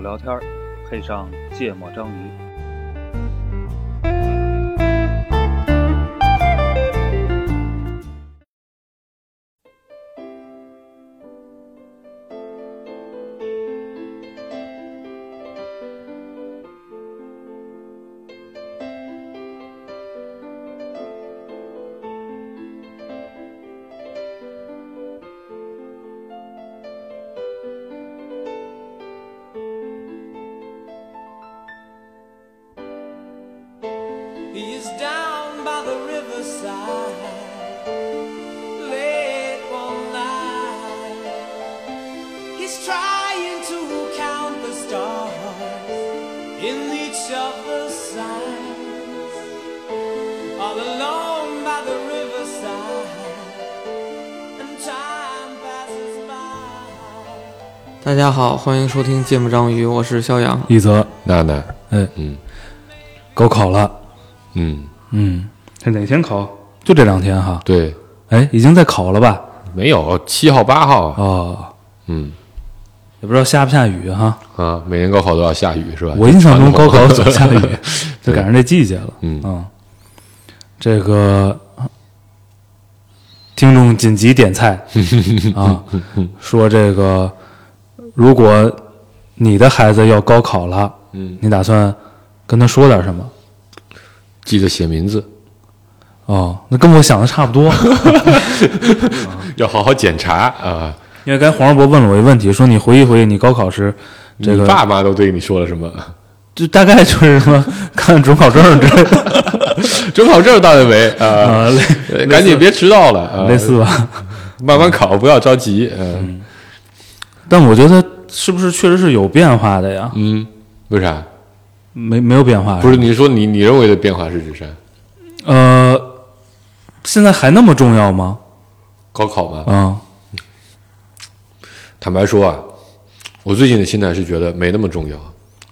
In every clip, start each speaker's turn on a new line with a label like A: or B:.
A: 聊天儿，配上芥末章鱼。
B: He is down by the riverside late one night. He's trying to count the stars in each other's signs. All alone by the riverside, and time passes by.
C: 大家好，欢迎收听《芥末章鱼》，我是肖阳。
D: 一则，
E: 娜娜，
D: 哎，
E: 嗯
D: 高考了，
E: 嗯，
D: 嗯，是哪天考？就这两天哈。
E: 对，
D: 哎，已经在考了吧？
E: 没有七号八号啊，
D: 哦，
E: 嗯
D: 也不知道下不下雨哈。
E: 啊，每年高考都要下雨是吧？
D: 我印象中
E: 传
D: 高
E: 统
D: 考总下 雨，就赶上这季节了。
E: 嗯
D: 这个听众紧急点 菜啊，说这个如果你的孩子要高考了，
E: 嗯，
D: 你打算跟他说点什么？
E: 记得写名字，
D: 哦，那跟我想的差不多。
E: 要好好检查啊。
D: 因为刚才黄世博问了我一个问题，说你回忆回忆你高考时这
E: 你
D: 个
E: 爸妈都对你说了什 么？
D: 就大概就是什么 看准考证之类的，
E: 准考证到了没？啊，
D: 啊，类
E: 呃 赶紧别迟到了，啊
D: 类似吧。
E: 慢慢考，不要着急。嗯
D: 但我觉得是不是确实是有变化的呀？
E: 嗯，为啥？
D: 没没有变化，
E: 不是你说你你认为的变化是指啥？
D: 呃，现在还那么重要吗？
E: 高考吗？
D: 啊，
E: 坦白说啊，我最近的心态是觉得没那么重要。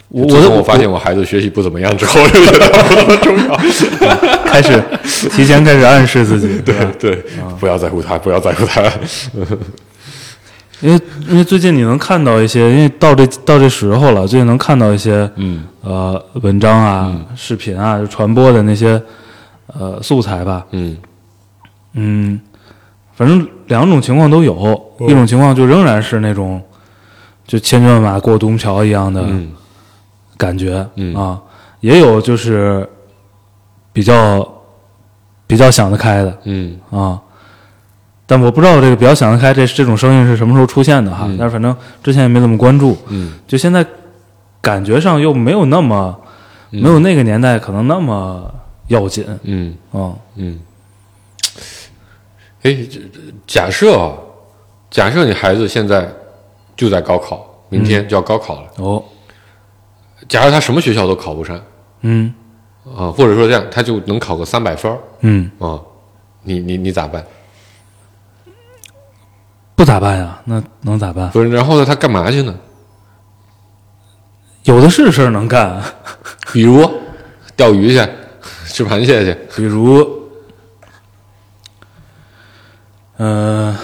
D: 我
E: 自从
D: 我
E: 我发现我孩子学习不怎么样之后， 就觉得没那么重要。
D: 开始 提前开始暗示自己，对吧？
E: 对，啊不要在乎他，不要在乎他。
D: 因为因为最近你能看到一些，因为到这到这时候了，最近能看到一些
E: 嗯
D: 呃文章啊、视频啊就传播的那些呃素材吧，
E: 嗯
D: 嗯，反正两种情况都有，
E: 嗯
D: 一种情况就仍然是那种就千军万马过独木桥一样的
E: 嗯
D: 感觉、
E: 嗯
D: 啊，也有就是比较比较想得开的
E: 嗯
D: 啊。但我不知道这个比较想得开这这种声音是什么时候出现的哈，
E: 嗯
D: 但是反正之前也没怎么关注，
E: 嗯
D: 就现在感觉上又没有那么、没有那个年代可能那么要紧
E: 嗯
D: 啊，
E: 嗯。哎，这这假设啊，假设你孩子现在就在高考，明天就要高考了。
D: 哦，
E: 假设他什么学校都考不上
D: 嗯
E: 啊，或者说这样，他就能考个三百分儿
D: 嗯。
E: 啊，你你你咋办？
D: 不咋办呀？那能咋办？
E: 不是，然后呢，他干嘛去呢？
D: 有的是事儿能干，啊
E: 比如钓鱼去，吃螃蟹去。
D: 比如，呃，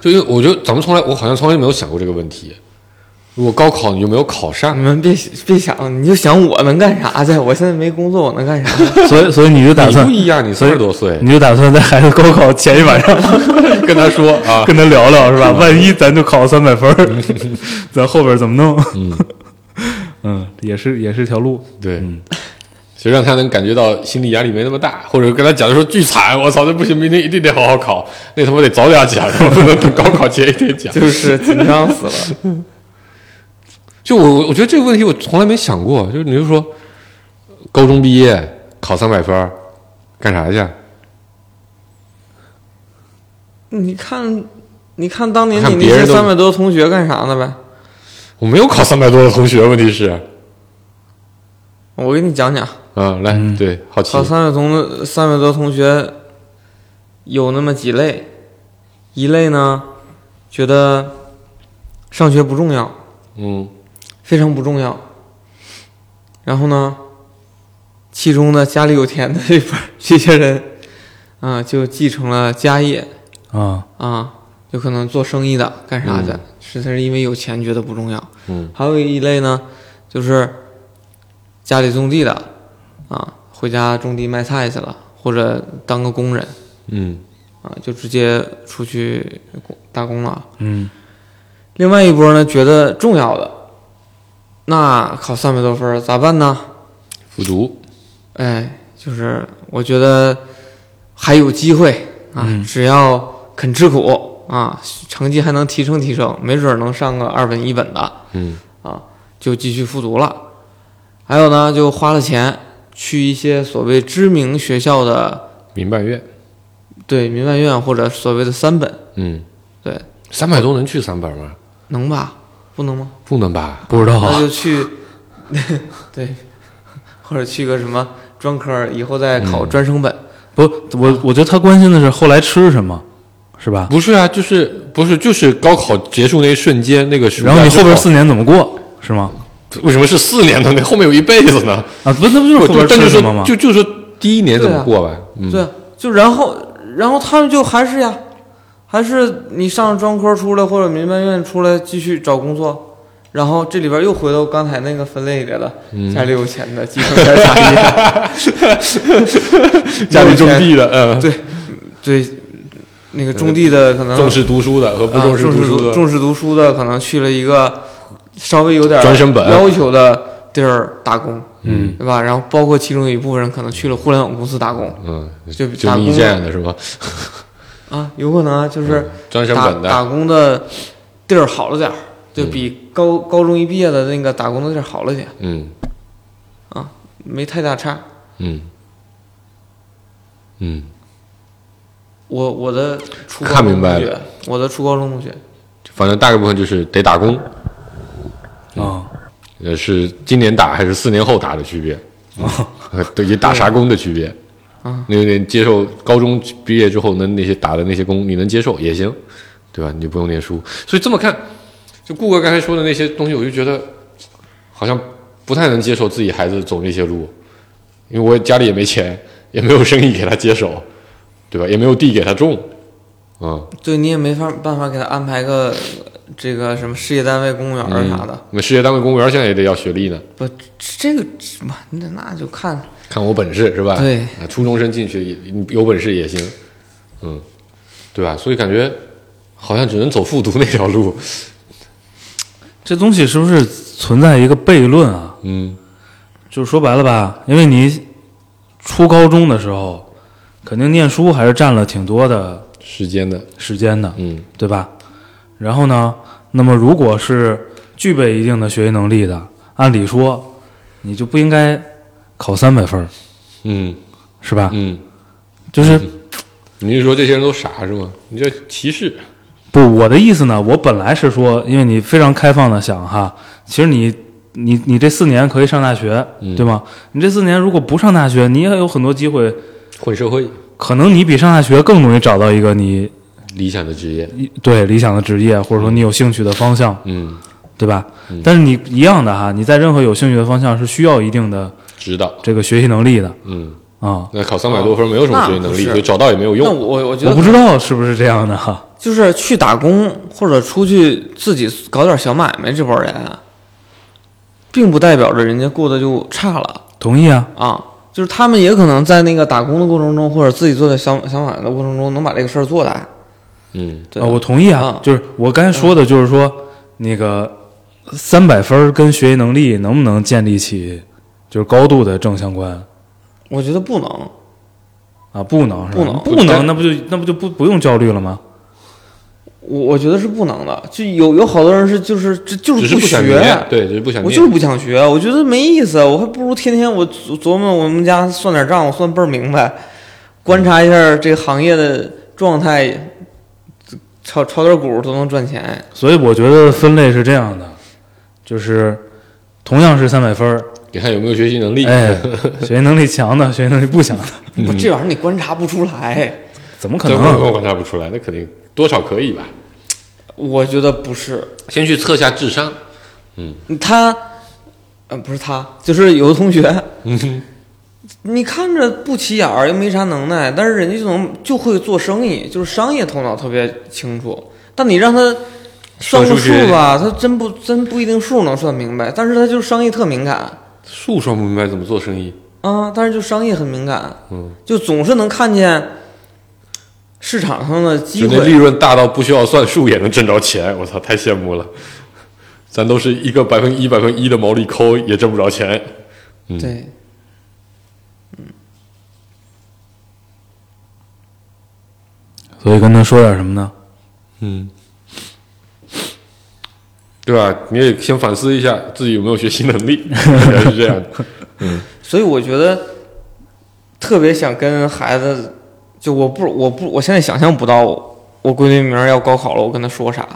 E: 就因为我觉得咱们从来，我好像从来没有想过这个问题。如果高考你就没有考上
C: 你，
E: 嗯
C: 们别别想，你就想我能干啥去？我现在没工作，我能干啥？
D: 所以所以你就打
E: 你
D: 算
E: 不，一样，你
D: 所以
E: 三十多岁，
D: 你就打算在孩子高考前一晚上
E: 跟他说啊，
D: 跟他聊聊是吧？万一咱就考三百分儿，咱后边怎么弄？嗯 也是也是条路。
E: 对，嗯就让他能感觉到心理压力没那么大，或者跟他讲说巨惨，我操，这不行，明天一定得好好考， 那他妈得早点讲，不能等高考前一天 讲。
C: 就是紧张死了。
E: 就我，我觉得这个问题我从来没想过，就是你就说，高中毕业考三百分儿，干啥去？
C: 你看，你看当年
E: 看
C: 你那
E: 别
C: 些
E: 人都
C: 三百多同学干啥呢呗？
E: 我没有考三百多的同学，问题是，
C: 我给你讲讲，
E: 啊，来，对，好奇
C: 考，三百同三百多同学有那么几类，一类呢觉得上学不重要，
E: 嗯
C: 非常不重要。然后呢，其中呢家里有钱的这帮这些人，啊、就继承了家业
D: 啊，
C: 啊、有可能做生意的干啥的，
E: 嗯
C: 是他是因为有钱觉得不重要。
E: 嗯
C: 还有一类呢，就是家里种地的啊，回家种地卖菜去了，或者当个工人
E: 嗯
C: 啊，就直接出去工打工了。
D: 嗯
C: 另外一波呢，觉得重要的，那考三百多分儿咋办呢？
E: 复读，
C: 哎，就是我觉得还有机会啊，只要肯吃苦啊，成绩还能提升提升，没准儿能上个二本一本的
E: 嗯
C: 啊，就继续复读了。还有呢，就花了钱去一些所谓知名学校的
E: 民办院，
C: 对民办院或者所谓的三本，
E: 嗯，
C: 对，
E: 三百多能去三本吗？
C: 能吧？不能吗？
E: 不能吧？
D: 不知道
C: 那
D: 啊，
C: 就去， 对，或者去个什么专科儿，以后再考专升本。
D: 不，我我觉得他关心的是后来吃什么，是吧？
E: 不是啊，就是不是就是高考结束那一瞬间那个暑假
D: 然后你
E: 之
D: 后边四年怎么过，是吗？
E: 为什么是四年呢？那后面有一辈子呢？
D: 啊，不，那不就是后
E: 就
D: 边
E: 但
D: 吃
E: 就
D: 什么吗
E: 说？就就说第一年怎么过吧？嗯，，
C: 对啊，就然后然后他们就还是呀，还是你上专科出来或者民办院出来继续找工作，然后这里边又回到刚才那个分类里了，家里有钱的继承家产业
E: 家里种
C: 有钱
E: 地的，嗯，
C: 对对，那个种地的可能
E: 重视读书的和不
C: 嗯啊
E: 重
C: 重
E: 视读书
C: 读
E: 的，
C: 重视读书的可能去了一个稍微有点
E: 专升本
C: 要求的地儿打工，
E: 嗯
C: 对吧？然后包括其中有一部分人可能去了互联网公司打工。
E: 嗯，
C: 就
E: 就
C: 打
E: 你
C: 工
E: 这
C: 的
E: 样的是吧？
C: 啊，有可能啊，就是
E: 嗯专升
C: 打
E: 本
C: 打
E: 的，
C: 工的地儿好了点儿，就比高高中一毕业的那个打工的地儿好了点，
E: 嗯
C: 没太大差。
E: 嗯嗯，
C: 我我的初高
E: 看
C: 中
E: 明白
C: 同学
E: 了，
C: 我的初高中同学，
E: 反正大部分就是得打工，
D: 啊，
E: 呃，是今年打还是四年后打的区别， 呃对于打啥工的区别。
C: 啊，
E: 那那接受高中毕业之后能那些打的那些工，你能接受也行，对吧？你就不用念书。所以这么看，就顾哥刚才说的那些东西，我就觉得好像不太能接受自己孩子走那些路，因为我家里也没钱，也没有生意给他接手，对吧？也没有地给他种，嗯，
C: 对你也没法办法给他安排个呃这个什么事业单位、公务员
E: 嗯
C: 儿啥的，
E: 那事业单位公务员现在也得要学历呢，
C: 不，这个什么那那就看
E: 看我本事是吧？
C: 对
E: 啊，初中生进去也有本事也行，嗯，对吧？所以感觉好像只能走复读那条路，
D: 这东西是不是存在一个悖论啊？
E: 嗯
D: 就是说白了吧，因为你初高中的时候，肯定念书还是占了挺多的
E: 时间的，
D: 时间的，
E: 嗯
D: 对吧？然后呢，那么如果是具备一定的学习能力的，按理说你就不应该考三百分儿，
E: 嗯
D: 是吧？
E: 嗯，
D: 就是
E: 你是说这些人都傻是吗？你这歧视，
D: 不，我的意思呢，我本来是说，因为你非常开放的想哈，其实你你你这四年可以上大学，
E: 嗯
D: 对吗？你这四年如果不上大学，你也有很多机会，
E: 混社会，
D: 可能你比上大学更容易找到一个你
E: 理想的职业，
D: 对理想的职业，或者说你有兴趣的方向，
E: 嗯，
D: 对吧？但是你一样的哈，你在任何有兴趣的方向是需要一定的
E: 指导，
D: 这个学习能力的
E: 嗯，
D: 啊。
E: 那考三百多分没有什么学习能力，
C: 那不是
E: 就找到也没有
C: 那
E: 用，
C: 我我觉得
D: 我
C: 嗯
D: 不知道是不是这样的哈，
C: 就是去打工或者出去自己搞点小买卖，这帮人啊，并不代表着人家过得就差了
D: 同意啊，
C: 啊。就是他们也可能在那个打工的过程中，或者自己做点小小买卖的过程中，能把这个事儿做大。
E: 嗯
C: 对
D: 啊，
C: 吧，
D: 我同意啊
C: 啊，
D: 就是我刚才说的，就是说、那个三百分儿跟学习能力能不能建立起就是高度的正相关
C: 我觉得不能。
D: 啊？不能是吧？
C: 不能
D: 不能，那不就那不就不不用焦虑了吗？
C: 我我觉得是不能的，就有有好多人是就是这就是
E: 只是
C: 不
E: 不想
C: 学，啊
E: 念，对，只是不想
C: 我
E: 念，
C: 就是不想学，我觉得没意思，我还不如天天我琢琢磨我们家算点账，我算倍儿明白，观察一下这个行业的状态，炒炒点股都能赚钱。
D: 所以我觉得分类是这样的，就是同样是三百分儿，
E: 你看有没有学习能力，
D: 哎，学习能力强 的，学习能力不强的，
C: 我这玩意儿你观察不出来，
D: 怎么可
E: 这我
D: 能？
E: 我观察不出来，那肯定多少可以吧？
C: 我觉得不是
E: 先去测下智商，
C: 他，呃，不是他，就是有的同学，
E: 嗯
C: 你看着不起眼儿，又没啥能耐，但是人家就能就会做生意，就是商业头脑特别清楚。但你让他算
E: 数
C: 个
E: 学
C: 数吧，他真不真不一定数能算明白，但是他就是商业特敏感
E: 数算不明白怎么做生意，
C: 啊，但是就商业很敏感，
E: 嗯，
C: 就总是能看见市场上的机
E: 就那利
C: 会。
E: 润大到不需要算数也能挣着钱，我操，太羡慕了。咱都是一个百分一、百分一的毛利抠，也挣不着钱。嗯
C: 对，
D: 所以跟他说点什么呢？
E: 嗯，对吧？你也先反思一下自己有没有学习能力，应该是这样。
C: 所以我觉得特别想跟孩子，就我不我不我现在想象不到我我闺女明儿要高考了，我跟她说啥，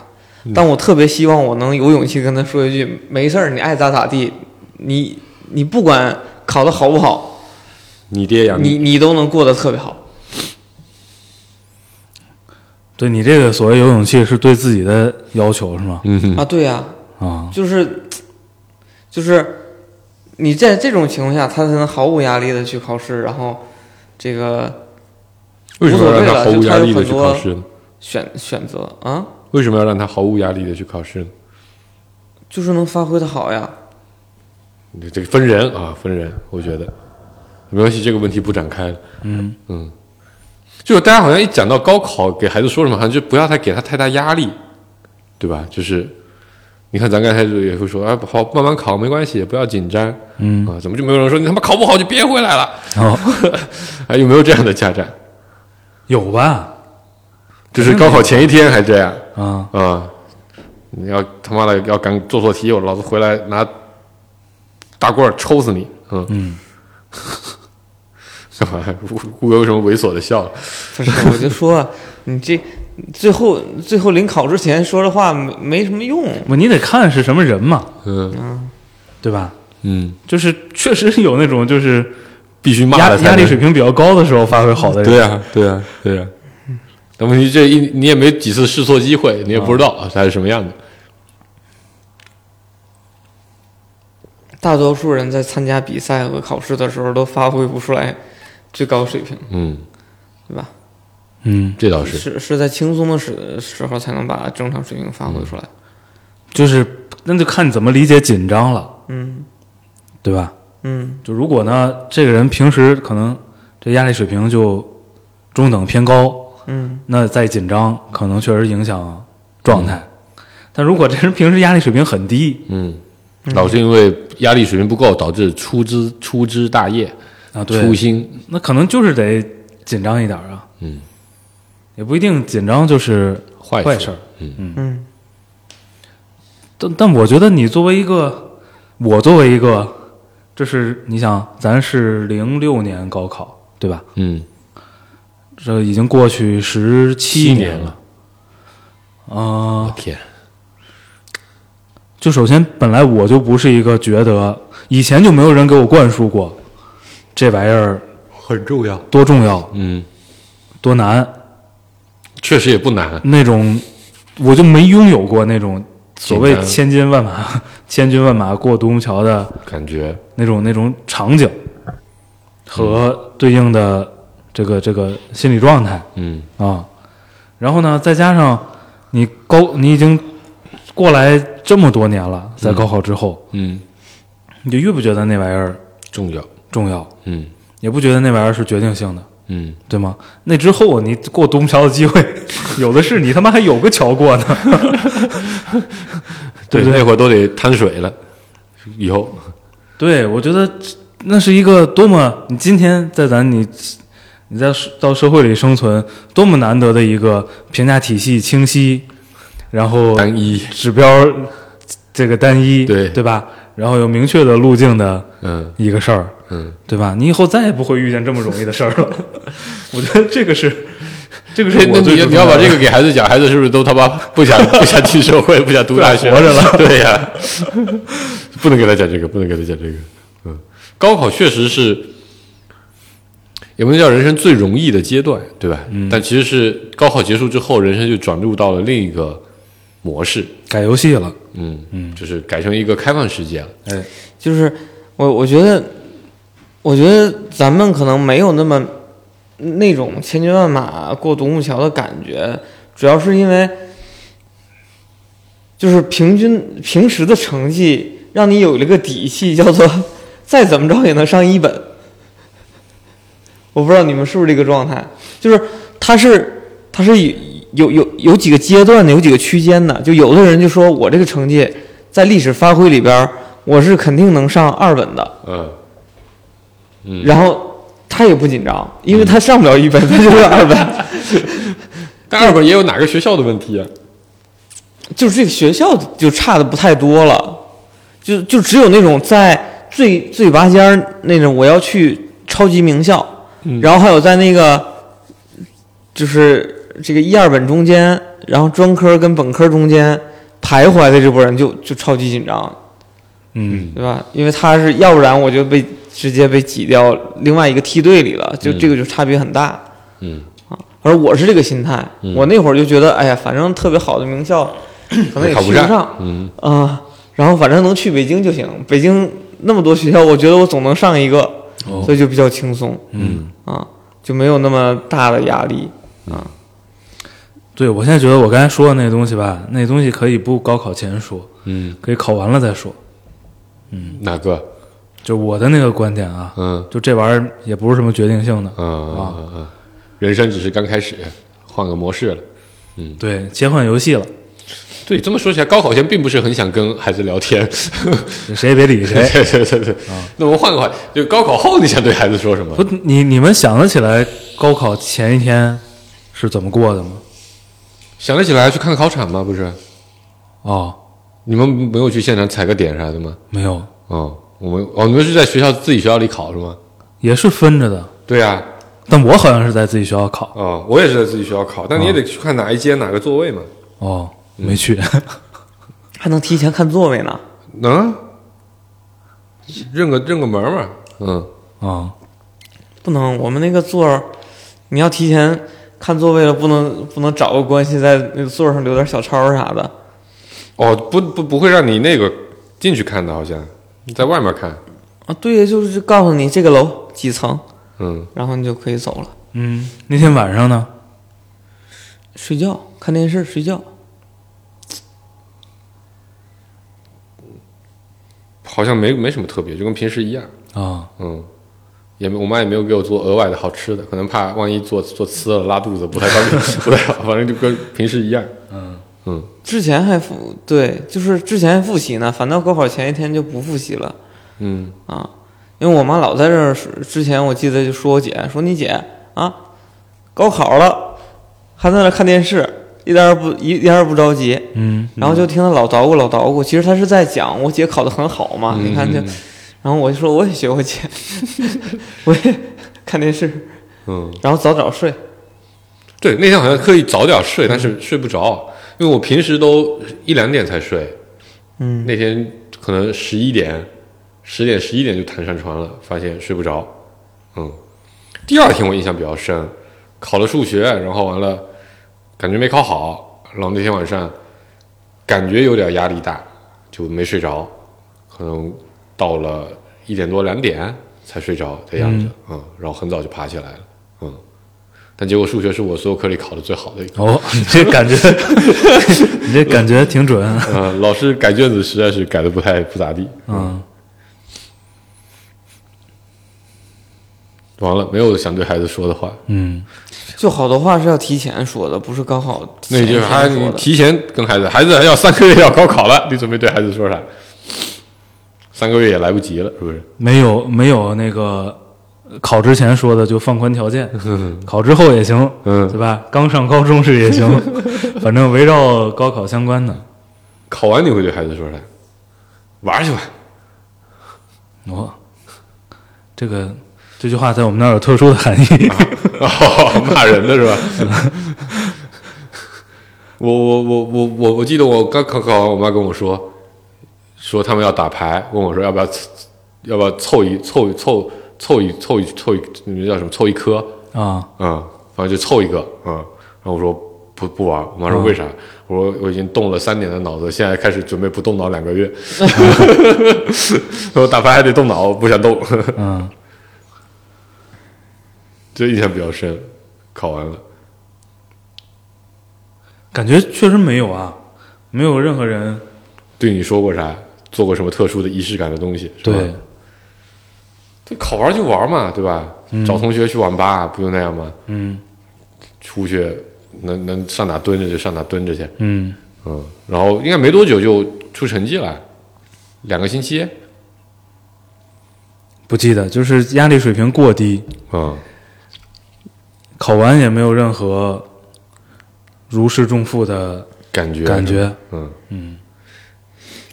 C: 但我特别希望我能有勇气跟她说一句：没事儿，你爱咋咋地，你你不管考的好不好，
E: 你爹养
C: 你你都能过得特别好。
D: 对你这个所谓有勇气，是对自己的要求是吗？
E: 嗯哼，
C: 啊，对呀、
D: 啊，
C: 就是就是你在这种情况下，他才能毫无压力的去考试，然后这个
E: 为什么要让他毫无
C: 无所谓了就
E: 压
C: 他有
E: 力的
C: 很
E: 去
C: 多
E: 考试呢？
C: 选选择啊，
E: 为什么要让他毫无压力的去考试呢？
C: 就是能发挥的好呀。
E: 你这个分人啊，分人，我觉得没关系，这个问题不展开了。嗯嗯，就是大家好像一讲到高考，给孩子说什么，好像就不要太给他太大压力，对吧？就是你看咱刚才就也会说，啊，好，慢慢考没关系，不要紧张。
D: 嗯，
E: 啊，怎么就没有人说你他妈考不好就别回来了？
D: 然 后
E: 哎，有没有这样的家长？
D: 有吧？
E: 就是高考前一天还这样
D: 啊，
E: 啊？你要他妈的要敢做错题，我老子回来拿大棍儿抽死你！嗯 哎
D: 嗯，
E: 干嘛？顾顾哥为什么猥琐的笑了？
C: 不是，我就说你这最后最后临考之前说的话没没什么用。
D: 不，你得看是什么人嘛，
E: 嗯
D: 对吧？
E: 嗯，
D: 就是确实有那种就是
E: 必须骂
D: 压
E: 了
D: 压
E: 才
D: 力
E: 能
D: 水平比较高的时候发挥好的人，嗯
E: 对呀、对呀、对呀、但问题这一你也没几次试错机会，你也不知道啊他是什么样的。
C: 大多数人在参加比赛和考试的时候都发挥不出来最高水平，
E: 嗯，
C: 对吧？
D: 嗯，
E: 这倒是。
C: 是是在轻松的时时候才能把正常水平发挥出来。
D: 就是那就看你怎么理解紧张了，
C: 嗯
D: 对吧？
C: 嗯
D: 就如果呢，这个人平时可能这压力水平就中等偏高，
C: 嗯，
D: 那再紧张可能确实影响状态。
C: 嗯
D: 但如果这人平时压力水平很低
E: 嗯，老是因为压力水平不够，导致粗枝粗枝大叶、
D: 啊，对
E: 粗，心。
D: 那可能就是得紧张一点啊，
E: 嗯，
D: 也不一定紧张就是
E: 坏
D: 坏
E: 事
D: 事儿。
C: 嗯，
D: 但但我觉得你作为一个，我作为一个，这是你想，咱是零六年高考对吧？
E: 嗯，
D: 这已经过去十七
E: 七
D: 年
E: 年了，
D: 啊、
E: 我天，
D: 就首先，本来我就不是一个觉得，以前就没有人给我灌输过这玩意儿
E: 很重要。
D: 多重要、
E: 嗯，
D: 多难
E: 确实也不难。
D: 那种，我就没拥有过那种所谓
E: 紧张
D: 千军万马、 千军万马过独木桥的
E: 感觉
D: 那种那种场景和对应的这个这个心理状态
E: 嗯
D: 啊。然后呢，再加上你高，你已经过来这么多年了，在高考之后，
E: 嗯
D: 你就越不觉得那玩意儿
E: 重要。
D: 重要。
E: 嗯
D: 也不觉得那玩意儿是决定性的，
E: 嗯，
D: 对吗？那之后你过独木桥的机会 有的是，你他妈还有个桥过呢，对
E: 对，
D: 不对
E: 那会儿都得贪水了，以后
D: 对，我觉得那是一个多么你今天在咱你你在到社会里生存多么难得的一个评价体系清晰，然后
E: 单一。
D: 指标这个单一，
E: 对
D: 对吧？然后有明确的路径的
E: 嗯
D: 一个事儿，
E: 嗯，
D: 对吧？你以后再也不会遇见这么容易的事儿 了。我觉得这个是，这个是
E: 那
D: 我
E: 那
D: 最
E: 你
D: 重
E: 你要把
D: 的
E: 这个给孩子讲，孩子是不是都他妈不 想不想进社会，不想读大学，
D: 不想活着了
E: 对呀、不能给他讲这个，不能给他讲这个。嗯，高考确实是，也不能叫人生最容易的阶段，对吧？嗯、但其实是高考结束之后，人生就转入到了另一个模式。
D: 改游戏了，
E: 嗯嗯，就是改成一个开放世界了。
D: 哎，
C: 就是我我觉得，我觉得咱们可能没有那么那种千军万马过独木桥的感觉，主要是因为就是平均平时的成绩，让你有了个底气，叫做 再怎么着也能上一本。我不知道你们是不是这个状态，就是他是他是有有有有几个阶段的，有几个区间的。就有的人就说我这个成绩在历史发挥里边儿，我是肯定能上二本的。
E: 嗯，嗯
C: 然后他也不紧张，因为他上不了一本，他就是二本，
E: 但二本也有哪个学校的问题啊？
C: 就是这个学校就差的不太多了，就就只有那种在最最拔尖儿那种，我要去超级名校，然后还有在那个就是这个一二本中间，然后专科跟本科中间徘徊的这波人就就超级紧张，
D: 嗯，
C: 对吧？因为他是要不然我就被直接被挤掉另外一个梯队里了，就
E: 嗯
C: 这个就差别很大。
E: 嗯
C: 而我是这个心态，
E: 嗯
C: 我那会儿就觉得，哎呀，反正特别好的名 校，可能也
E: 考
C: 去
E: 不
C: 不上啊、
E: 嗯
C: 然后反正能去北京就行，北京那么多学校，我觉得我总能上一个，
D: 哦
C: 所以就比较轻松
E: 嗯
C: 啊，就没有那么大的压力。
D: 对我现在觉得我刚才说的那东西吧，那东西可以不高考前说，
E: 嗯，
D: 可以考完了再说。
E: 哪个？
D: 就我的那个观点啊，
E: 嗯
D: 就这玩意儿也不是什么决定性的
E: 嗯。嗯嗯嗯，人生只是刚开始，换个模式了。嗯
D: 对，切换游戏了，
E: 对，这么说起来，高考前并不是很想跟孩子聊天。
D: 谁也别理谁。
E: 对对对对，那我们换个话题，就高考后你想对孩子说什么
D: 不？，你你们想得起来高考前一天是怎么过的吗？
E: 想得起来去看考场吗？不是，
D: 哦，
E: 你们没有去现场踩个点啥的吗？
D: 没有，
E: 哦，我们哦，你们是在学校自己学校里考是吗？
D: 也是分着的。
E: 对啊，
D: 但我好像是在自己学校考，
E: 哦，我也是在自己学校考，但你也得去看哪一间哪个座位嘛。
D: 哦，没去。
E: 嗯
C: 还能提前看座位呢，
E: 能啊认个认个门嘛？嗯，
D: 啊，
C: 不能，我们那个座儿，你要提前看座位了，不能不能找个关系在那个座儿上留点小抄儿啥的。
E: 哦，不不不会让你那个进去看的，好像在外面看。
C: 啊，对呀，就是告诉你这个楼几层，
E: 嗯，
C: 然后你就可以走了。
D: 嗯，那天晚上呢？
C: 睡觉、看电视、睡觉。
E: 好像没没什么特别，就跟平时一样。
D: 啊，
E: 嗯，也没我妈也没有给我做额外的好吃的，可能怕万一做做呲了拉肚子不太方便， 不太好，反正就跟平时一样。
C: 之前还复对，就是之前还复习呢，反倒高考前一天就不复习了
E: 嗯
C: 啊。因为我妈老在这儿说，之前我记得就说我姐说你姐啊，高考了还在那儿看电视，一点儿也不一一点儿也不着急，
D: 嗯，
C: 然后就听她老捣鼓老捣鼓，其实她是在讲我姐考得很好嘛，你看这，
E: 嗯
C: 然后我就说我也学我姐， 我也看电视，
E: 嗯，
C: 然后早早睡，
E: 对，那天好像刻意早点睡，但是睡不着，因为我平时都一两点才睡，
C: 嗯，
E: 那天可能十一点、十点、十一点就弹上床了，发现睡不着。嗯，第二天我印象比较深，考了数学，然后完了，感觉没考好，然后那天晚上感觉有点压力大，就没睡着，可能到了一点多两点才睡着的样子，嗯然后很早就爬起来了，嗯。但结果数学是我所有科里考的最好的一科，
D: 哦， 你这感觉，你这感觉挺准。
E: 嗯，老师改卷子实在是改的不太不咋地，
D: 嗯，
E: 完了没有想对孩子说的话，
D: 嗯，
C: 就好多话是要提前说的，不是高考前
E: 那
C: 一
E: 就
C: 天
E: 是还
C: 说
E: 你
C: 的。
E: 提前跟孩子，孩子还要三个月要高考了， 你准备对孩子说啥？三个月也来不及了，是不是？
D: 没有没有那个考之前说的就放宽条件，考之后也行，
E: 嗯
D: 对吧？刚上高中时也行，反正围绕高考相关的。
E: 考完你会对孩子说啥？玩儿去吧，
D: 哦，这个这句话在我们那儿有特殊的含义。
E: 哦，骂人的是吧？ 我我我我我我记得我刚考考完，我妈跟我说，说他们要打牌，问我说要不要凑要不要凑一凑一凑凑一凑一凑一那个叫什么凑一颗，
D: 啊，
E: 嗯，反正就凑一个，嗯，然后我说不不玩，我妈说为啥？我说我已经动了三年的脑子，现在开始准备不动脑两个月，我打牌还得动脑，不想动，
D: 嗯，
E: 这印象比较深。考完了，
D: 感觉确实没有啊。没有任何人
E: 对你说过啥，做过什么特殊的仪式感的东西，是吧？
D: 对，
E: 对，好玩就玩嘛，对吧？找同学去网吧，不就那样吗？
D: 嗯
E: 出去能能上哪蹲着就上哪蹲着去，
D: 嗯
E: 嗯，然后应该没多久就出成绩了，两个星期，
D: 不记得，就是压力水平过低，
E: 嗯，
D: 考完也没有任何如释重负的
E: 感觉
D: 感觉，
E: 嗯，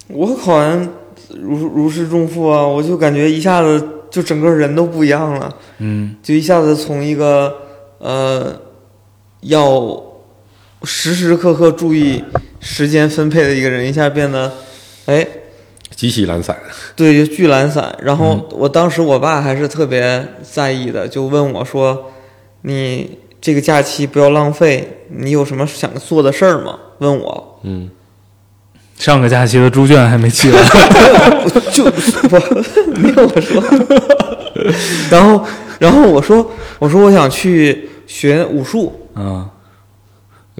C: 我考完如如释重负啊，我就感觉一下子就整个人都不一样了，
D: 嗯
C: 就一下子从一个呃要时时刻刻注意时间分配的一个人，一下变得哎
E: 极其懒散，
C: 对，就巨懒散。然后我当时我爸还是特别在意的，就问我说：“你这个假期不要浪费，你有什么想做的事儿吗？”问我，
E: 嗯，
D: 上个假期的猪圈还没去完，啊
C: 我就我 没有我说， 然后然后我说我说我想去学武术，
D: 嗯，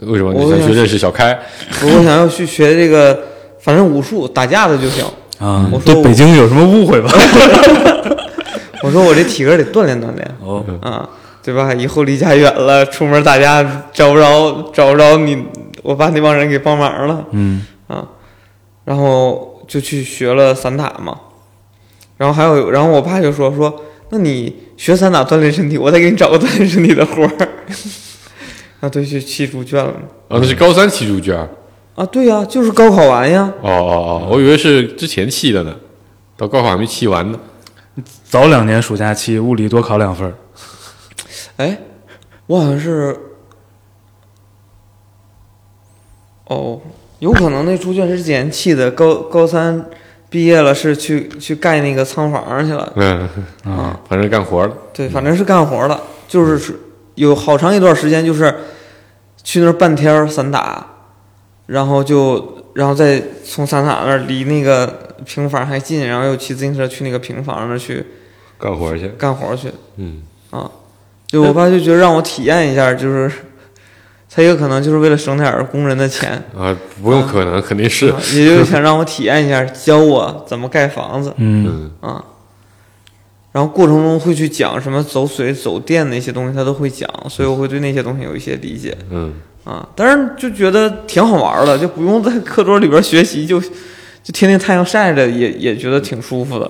E: 嗯为什么
C: 我
E: 你想
C: 想
E: 去认识小开？
C: 我说我想要去学这个，反正武术打架的就行。
D: 啊
C: 我，说
D: 对
C: 我
D: 北京有什么误会吧？
C: 我说我这体格得锻炼锻炼
D: 哦，
C: 啊，对吧？以后离家远了，出门打架找不着找不着你，我把那帮人给帮忙了
D: 嗯
C: 啊。然后就去学了散打嘛，然后还有，然后我爸就说说，那你学散打锻炼身体，我再给你找个锻炼身体的活儿。 啊，对，去踢猪圈了
E: 啊，那是高三期入卷，哦
C: 啊，对呀、就是高考完呀，
E: 哦哦，我以为是之前期的呢，到高考还没期完呢，
D: 早两年暑假期物理多考两分儿，
C: 哎，我好像是，哦，有可能那猪圈是之前气的，高高三毕业了是去去盖那个仓房去了，
E: 嗯啊，反正干活了，
C: 对，反正是干活了，就是是有好长一段时间就是去那儿半天儿散打，然后就然后再从散打那儿离那个平房还近，然后又骑自行车去那个平房那儿去
E: 干活去，
C: 干活去，
E: 嗯，
C: 啊，就我爸就觉得让我体验一下，就是他也可能就是为了省点儿工人的钱，
E: 啊，不用可能，肯定是
C: 啊，也就是想让我体验一下，教我怎么盖房子
D: 嗯
E: 嗯
C: 啊。然后过程中会去讲什么走水、走电那些东西，他都会讲，所以我会对那些东西有一些理解
E: 嗯，
C: 啊。当然就觉得挺好玩儿的，就不用在课桌里边儿学习，就就天天太阳晒着，也也觉得挺舒服的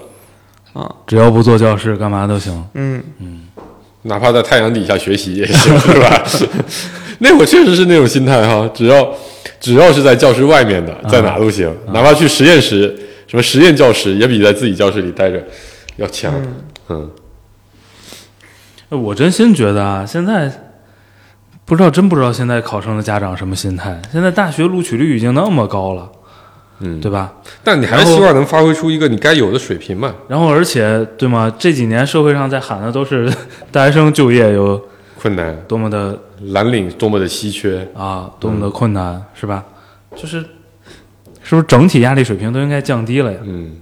C: 啊。
D: 只要不坐教室，干嘛都行。
C: 嗯，
E: 哪怕在太阳底下学习也行， 是吧？那会儿确实是那种心态哈，只要只要是在教室外面的，在哪都行，哪怕去实验室，什么实验教室也比在自己教室里待着要强。嗯，
D: 哎我真心觉得啊，现在不知道真不知道现在考生的家长什么心态。现在大学录取率已经那么高了，
E: 嗯
D: 对吧？
E: 但你还是希望能发挥出一个你该有的水平嘛？
D: 然后而且对吗？这几年社会上在喊的都是 大学生就业有
E: 困难，
D: 多么的
E: 蓝领多么的稀缺，
D: 啊，多
E: 嗯
D: 么的困难，是吧？就是是不是整体压力水平都应该降低了呀？
E: 嗯。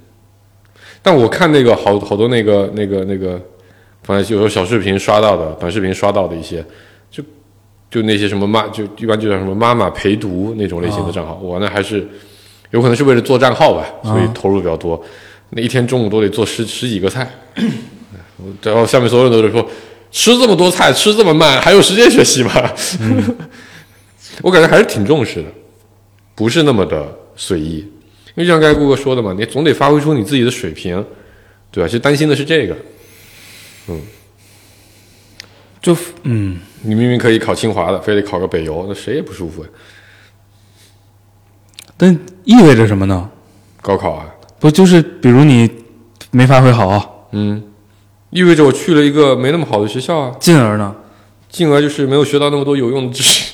E: 但我看那个好好多那个那个那个，反正有时候小视频刷到的、短视频刷到的一些，就就那些什么妈，就一般就叫什么妈妈陪读那种类型的账号，我那还是有可能是为了做账号吧，所以投入比较多。那一天中午都得做十十几个菜，我然后下面所有人都是说吃这么多菜吃这么慢，还有时间学习吗？ 我感觉还是挺重视的，不是那么的随意。因为就像刚才顾哥说的嘛，你总得发挥出你自己的水平，对吧？其实担心的是这个，嗯
D: 就嗯，
E: 你明明可以考清华的，非得考个北邮，那谁也不舒服呀。啊
D: 但意味着什么呢？
E: 高考啊，
D: 不就是比如你没发挥好，啊
E: 嗯，意味着我去了一个没那么好的学校啊，
D: 进而呢？
E: 进而就是没有学到那么多有用的知识。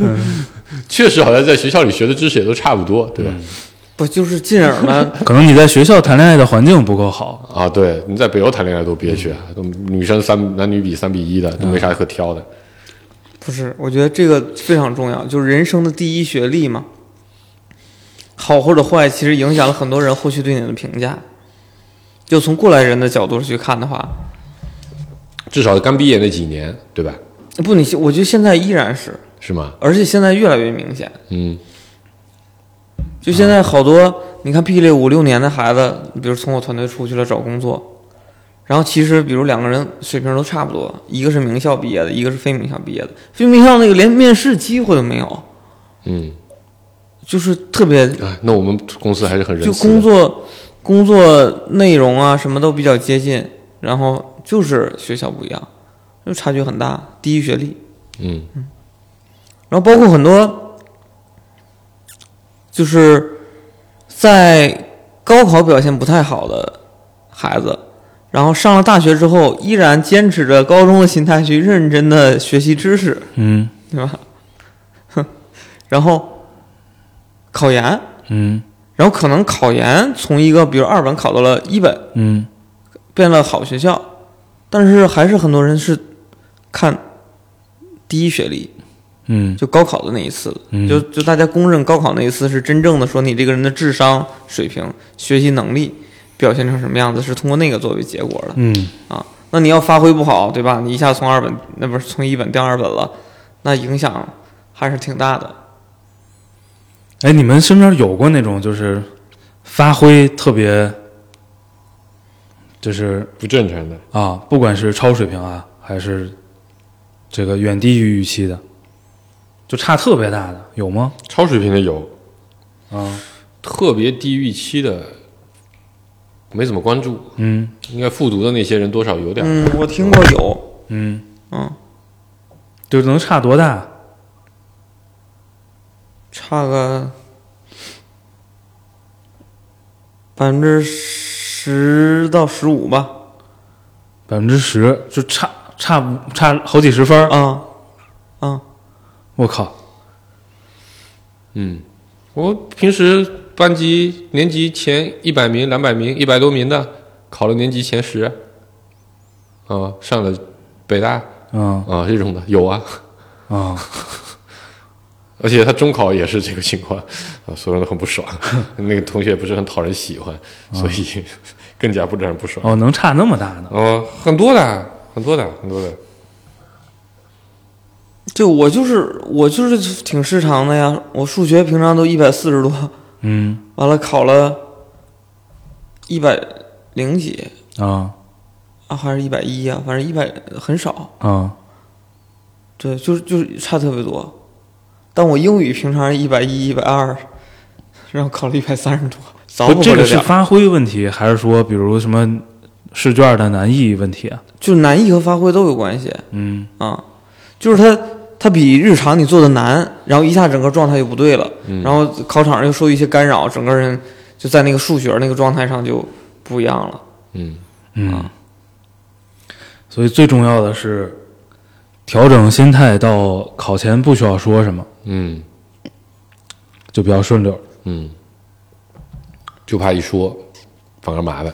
E: 嗯确实，好像在学校里学的知识也都差不多，对吧？
C: 不就是进而呢？
D: 可能你在学校谈恋爱的环境不够好，
E: 啊，对，你在北邮谈恋爱多憋屈啊，
C: 嗯
E: 都女生三男女比三比一的，都没啥可挑的。
C: 不是，我觉得这个非常重要，就是人生的第一学历嘛。好或者坏，其实影响了很多人后续对你的评价。就从过来人的角度去看的话，
E: 至少刚毕业那几年，对吧？
C: 不，你我觉得现在依然是，
E: 是吗？
C: 而且现在越来越明显。
E: 嗯
C: 就现在好多，你看毕业五六年的孩子，比如从我团队出去了找工作，然后其实比如两个人水平都差不多，一个是名校毕业的，一个是非名校毕业的，非名校那个连面试机会都没有，
E: 嗯
C: 就是特别
E: 啊，那我们公司还是很仁
C: 就
E: 慈的
C: 工作工作内容啊什么都比较接近，然后就是学校不一样，就差距很大，低于学历，
E: 嗯
C: 然后包括很多，就是在高考表现不太好的孩子，然后上了大学之后，依然坚持着高中的心态去认真的学习知识，
D: 嗯
C: 对吧？哼，然后考研，
D: 嗯
C: 然后可能考研从一个比如二本考到了一本，
D: 嗯
C: 变了好学校，但是还是很多人是看第一学历，
D: 嗯
C: 就高考的那一次，
D: 嗯
C: 就就大家公认高考那一次是真正的说你这个人的智商水平、学习能力表现成什么样子，是通过那个作为结果的
D: 嗯
C: 啊。那你要发挥不好，对吧？你一下从二本，那不是从一本掉二本了，那影响还是挺大的。
D: 哎，你们身边有过那种就是发挥特别，就是
E: 不正常的，
D: 啊，不管是超水平啊，还是这个远低于预期的，就差特别大的有吗？
E: 超水平的有，
D: 啊，
E: 特别低预期的没怎么关注，
D: 嗯
E: 应该复读的那些人多少有
D: 啊
E: 点儿。
C: 嗯，我听过有，
D: 嗯，
C: 嗯，
D: 就能差多大？
C: 差个百分之十到十五吧。
D: 百分之十，就差差不差好几十分儿。
C: 啊啊，
D: 我靠，
E: 嗯，我平时班级年级前一百名、两百名、一百多名的，考了年级前十，啊，上了北大
D: 嗯
E: 啊这种的有啊，
D: 啊，
E: 而且他中考也是这个情况，啊，所有人都很不 爽，那个同学不是很讨人喜欢，所以 更加不让人不爽。
D: 哦，能差那么大呢？
E: 哦，很多的，很多的，很多的。
C: 对我就是我就是挺失常的呀。我数学平常都一百四十多，
D: 嗯
C: 完了考了一百零几
D: 啊
C: 啊，还是一百一啊，反正一百很少。
D: 啊
C: 对，就是就是差特别多。但我英语平常一百一、一百二，然后考了一百三十多，早
D: 不，
C: 补
D: 这
C: 回
D: 个
C: 来
D: 是
C: 点儿。
D: 发挥问题，还是说比如什么试卷的难易问题啊？
C: 就难易和发挥都有关系
D: 嗯
C: 啊。就是它它比日常你做的难，然后一下整个状态就不对了。
E: 嗯，
C: 然后考场又受一些干扰，整个人就在那个数学那个状态上就不一样了。
E: 嗯，
D: 嗯，所以最重要的是调整心态，到考前不需要说什么，
E: 嗯
D: 就比较顺溜。
E: 嗯，就怕一说，反而麻烦，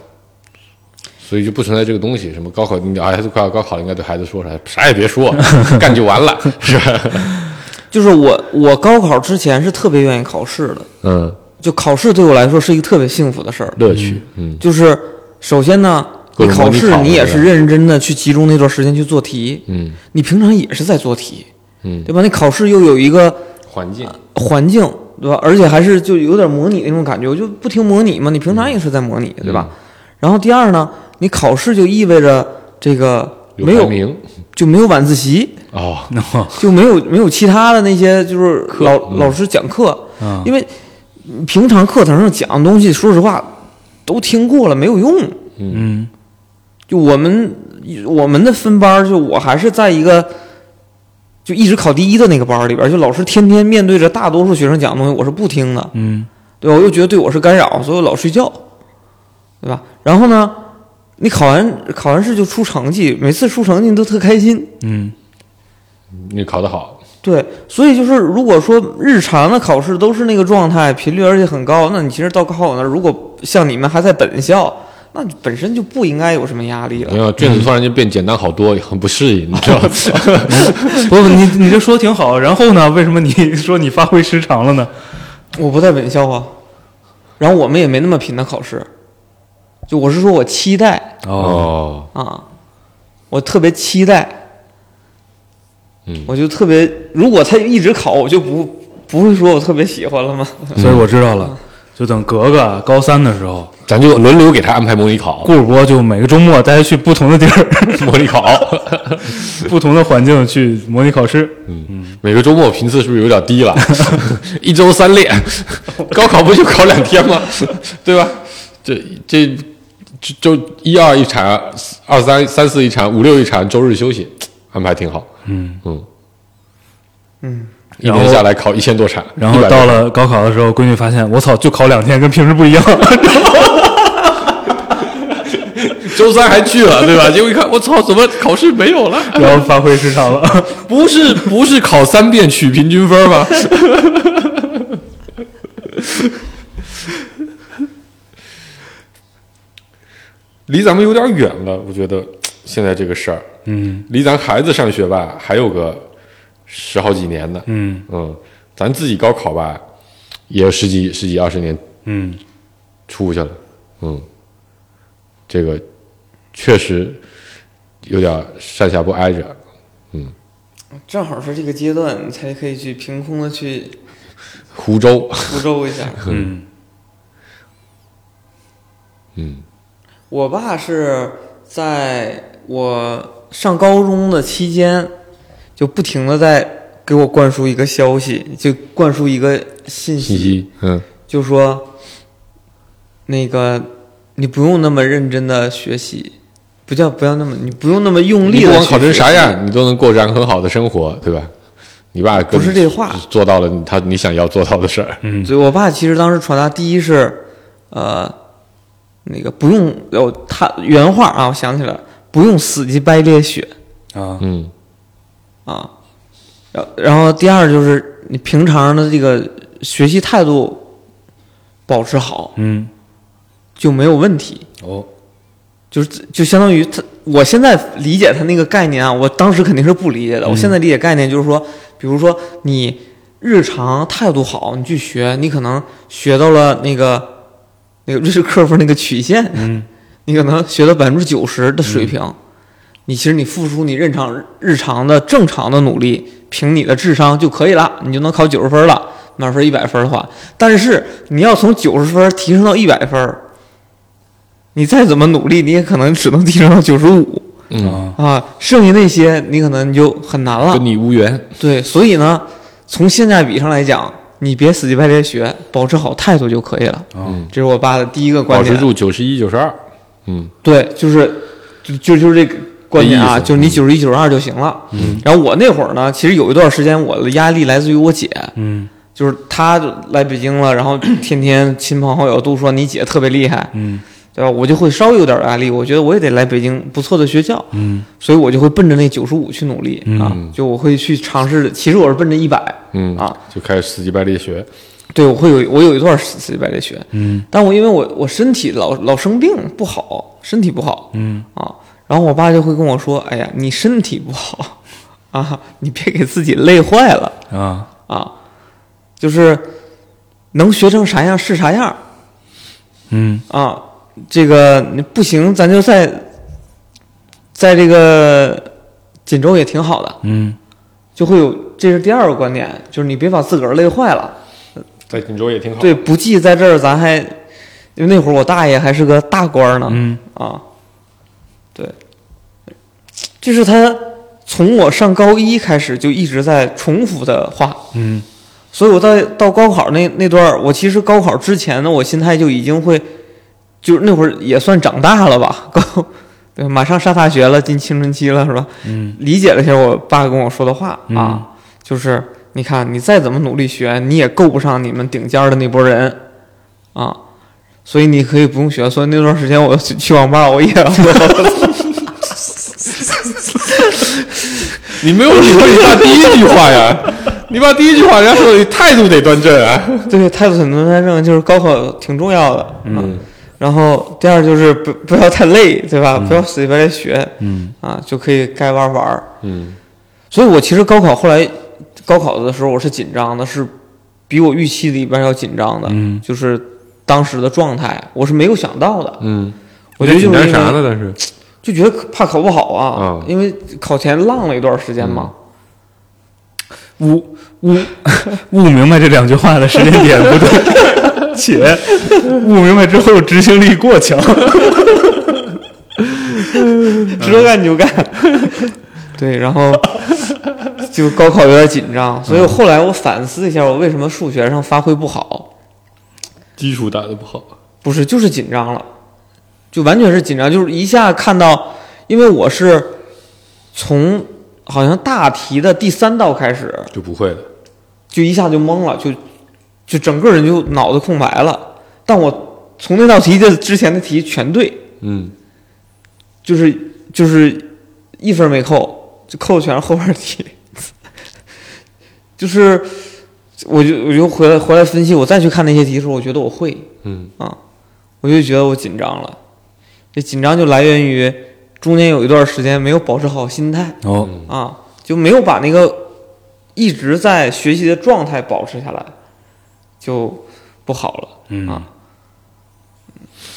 E: 所以就不存在这个东西。什么高考，你孩子快要高考了，应该对孩子说啥？啥也别 说，干就完了，是吧？
C: 就是我我高考之前是特别愿意考试的，
E: 嗯，
C: 就考试对我来说是一个特别幸福的事儿。
E: 乐趣，嗯
C: 就是首先呢，
E: 各
C: 你
E: 种模
C: 考
E: 拟
C: 试
E: 考
C: 你也是
E: 对吧
C: 认认真的去集中那段时间去做题，
E: 嗯
C: 你平常也是在做题，
E: 嗯，
C: 对吧？你考试又有一个
E: 环境，
C: 环境，对吧？而且还是就有点模拟那种感觉，我就不停模拟嘛。你平常也是在模拟，对
E: 嗯
C: 吧？然后第二呢，你考试就意味着这个没
E: 排
C: 有
E: 名
C: 就没有晚自 习，
E: 哦，
C: 就没有没有其他的那些就是老老师讲课，
E: 嗯
D: 啊
C: 因为平常课堂上讲的东西，说实话都听过了，没有用。
D: 嗯
C: 就我们我们的分班儿，就我还是在一个就一直考第一的那个班儿里边儿，就老师天天面对着大多数学生讲的东西，我是不听的。
D: 嗯
C: 对吧？我又觉得对我是干扰，所以我老睡觉，对吧？然后呢，你考完考完试就出成绩，每次出成绩你都特开心，
D: 嗯
E: 你考得好，
C: 对。所以就是，如果说日常的考试都是那个状态，频率而且很高，那你其实到高考那儿，如果像你们还在本校，那你本身就不应该有什么压力
E: 没
C: 了。
E: 有卷子突然间变简单好多，很不适应，你知道吗？
D: 不，你你这说挺好，然后呢，为什么你 说你发挥失常了呢？
C: 我不在本校啊，然后我们也没那么频的考试，就我是说我期待
E: 哦，
C: 啊，我特别期待。
E: 嗯
C: 我就特别，如果他一直考，我就不不会说我特别喜欢了吗？
D: 所以我知道
E: 嗯
D: 了。就等格格高三的时候，
E: 咱就轮流给他安排模拟考，
D: 顾主播就每个周末带他去不同的地儿、
E: 模拟考。
D: 不同的环境去模拟考试。
E: 嗯，每个周末频次是不是有点低了？ 一周三练，高考不就考两天吗？ 对吧？这这这周一二一场，二三三四一场，五六一场，周日休息，安排挺好。
D: 嗯
E: 嗯
C: 嗯，
E: 一
D: 然
E: 年
D: 后
E: 下来考一千多场，
D: 然后
E: 100
D: 到了高考的时候，闺女发现我操，就考两天，跟平时不一 样。
E: 周三还去了，对吧？结果一看，我操，怎么考试没有了？
D: 然后发挥失常了。
E: 不是不是考三遍取平均分吗？ 离咱们有点远了，我觉得现在这个事儿，
D: 嗯
E: 离咱孩子上学吧，还有个十好几年呢。
D: 嗯
E: 嗯，咱自己高考吧，也有十几十几二十年
D: 嗯，
E: 出去了。嗯，这个确实有点上下不挨着。
C: 正好是这个阶段，你才可以去凭空的去
E: 湖州，
C: 复州一下。
D: 嗯，
E: 嗯
C: 我爸是在我上高中的期间，就不停的在给我灌输一个消息，就灌输一个信息，
E: 信息，嗯
C: 就说那个你不用那么认真的学习，不叫不要那么，你不用那么用力
E: 你
C: 的
E: 不管考成啥样，你都能过上很好的生活，对吧？你爸跟
C: 不是这话
E: 做到了他你想要做到的事儿。
C: 所以我爸其实当时传达第一是，呃，那个不用，哦，他原话啊，我想起来了，不用死乞白咧学
D: 啊，
E: 嗯
C: 啊。然然后第二就是你平常的这个学习态度保持好
D: 嗯，
C: 就没有问题，
D: 哦，
C: 就是就相当于他，我现在理解他那个概念啊，我当时肯定是不理解的。我现在理解概念就是说，比如说你日常态度好，你去学，你可能学到了那个那个瑞士克夫那个曲线，
D: 嗯
C: 你可能学到百分之九十的水平。你其实你付出你日常日常的正常的努力，凭你的智商就可以了，你就能考九十分了。满分一百分的话，但是你要从九十分提升到一百分，你再怎么努力，你也可能只能提升到九十五
E: 嗯，
D: 啊，
C: 啊。剩下那些你可能你就很难了
E: 跟。你无缘。
C: 对，所以呢，从性价比上来讲，你别死乞白赖学，保持好态度就可以了。
D: 嗯
C: 这是我爸的第一个观
E: 保持
C: 点。
E: 住九十一、九十二。嗯，
C: 对，就是就就就是这个观点啊，
E: 这意思
C: 就是你九十一、九十二就行了。嗯。然后我那会儿呢，其实有一段时间我的压力来自于我姐，
D: 嗯
C: 就是她来北京了，然后 天天亲朋好友都说你姐特别厉害，
D: 嗯
C: 对吧？我就会稍微有点压力，我觉得我也得来北京不错的学校，
D: 嗯
C: 所以我就会奔着那九十五去努力、啊
E: 嗯，
C: 就我会去尝试。其实我是奔着一百
E: 嗯
C: 啊，
E: 就开始死乞白赖学。
C: 对我会有我有一段死死乞白赖学，
D: 嗯
C: 但我因为我我身体老老生病不好，身体不好，
D: 嗯
C: 啊，然后我爸就会跟我说：“哎呀，你身体不好啊，你别给自己累坏了
D: 啊，
C: 啊，就是能学成啥样是啥样
D: 嗯
C: 啊，这个你不行，咱就在在这个锦州也挺好的，
D: 嗯
C: 就会有这是第二个观点，就是你别把自个儿累坏了。
E: 在锦州也挺好。
C: 对，不济在这儿咱还，因为那会儿我大爷还是个大官呢，
D: 嗯
C: 啊，对，这是他从我上高一开始就一直在重复的话，
D: 嗯
C: 所以我在到高考那那段儿，我其实高考之前呢，我心态就已经会，就是那会儿也算长大了吧，高，对，马上上大学了，进青春期了是吧？
D: 嗯
C: 理解了一下我爸跟我说的话、
D: 嗯
C: 啊，就是你看你再怎么努力学，你也够不上你们顶尖儿的那波人啊，所以你可以不用学。所以那段时间我去 去网吧熬夜，
E: 你没有理会你爸第一句话 呀？你爸第一句话，人家说你态度得端正啊。
C: 对态度很多端正，就是高考挺重要的。啊、嗯，然后第二就是不不要太累，对吧？不要死乞白赖学
D: 嗯
C: 啊，就可以该玩儿玩儿。
E: 嗯
C: 所以我其实高考后来高考的时候我是紧张的，是比我预期里边要紧张的，
D: 嗯
C: 就是当时的状态我是没有想到的，
E: 嗯，
C: 我觉得
E: 紧
C: 就是
E: 张
C: 因
E: 啥
C: 为
E: 呢？但是，
C: 就觉得怕考不好啊，
E: 嗯
C: 因为考前浪了一段时间嘛，嗯
D: 悟悟悟明白这两句话的时间点不对， 且悟明白之后执行力过强。
C: 指头干你就干。嗯对，然 后就高考有点紧张，所以我后来我反思一下，我为什么数学上发挥不好，
E: 基础打得不好，
C: 不是就是紧张了，就完全是紧张，就是一下看到，因为我是从好像大题的第三道开始，
E: 就不会了。
C: 就一下就懵了，就就整个人就脑子空白了。但我从那道题的之前的题全对，
E: 嗯，
C: 就是就是一分没扣，就扣的全是后边题。就是我就我就回来回来分析，我再去看那些题的时候，我觉得我会
E: 嗯
C: 啊，我就觉得我紧张了。这紧张就来源于中间有一段时间没有保持好心态
D: 哦，
C: 啊，就没有把那个一直在学习的状态保持下来，就不好了。
D: 嗯
C: 啊，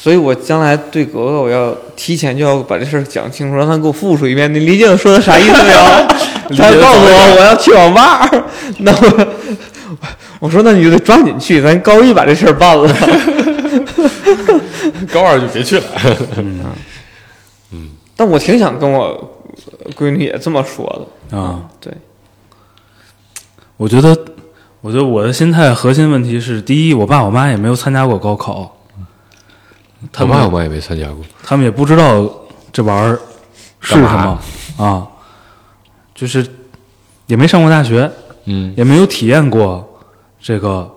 C: 所以我将来对格格，我要提前就要把这事儿讲清楚，让他给我复述一遍。你理解我说的啥意思没有？他告诉我我要去网吧，那我 我说那你就得抓紧去，咱高一把这事儿办了。
E: 高二就别去了。
C: 但我挺想跟我闺女也这么说的，
D: 啊，
C: 对，
D: 我觉得，我觉得我的心态核心问题是：第一，我爸我妈也没有参加过高考，他
E: 我
D: 们
E: 妈我妈也没参加过，
D: 他们也不知道这玩意儿是什
E: 干
D: 么
E: 嘛
D: 啊，就是也没上过大学，
E: 嗯，
D: 也没有体验过这个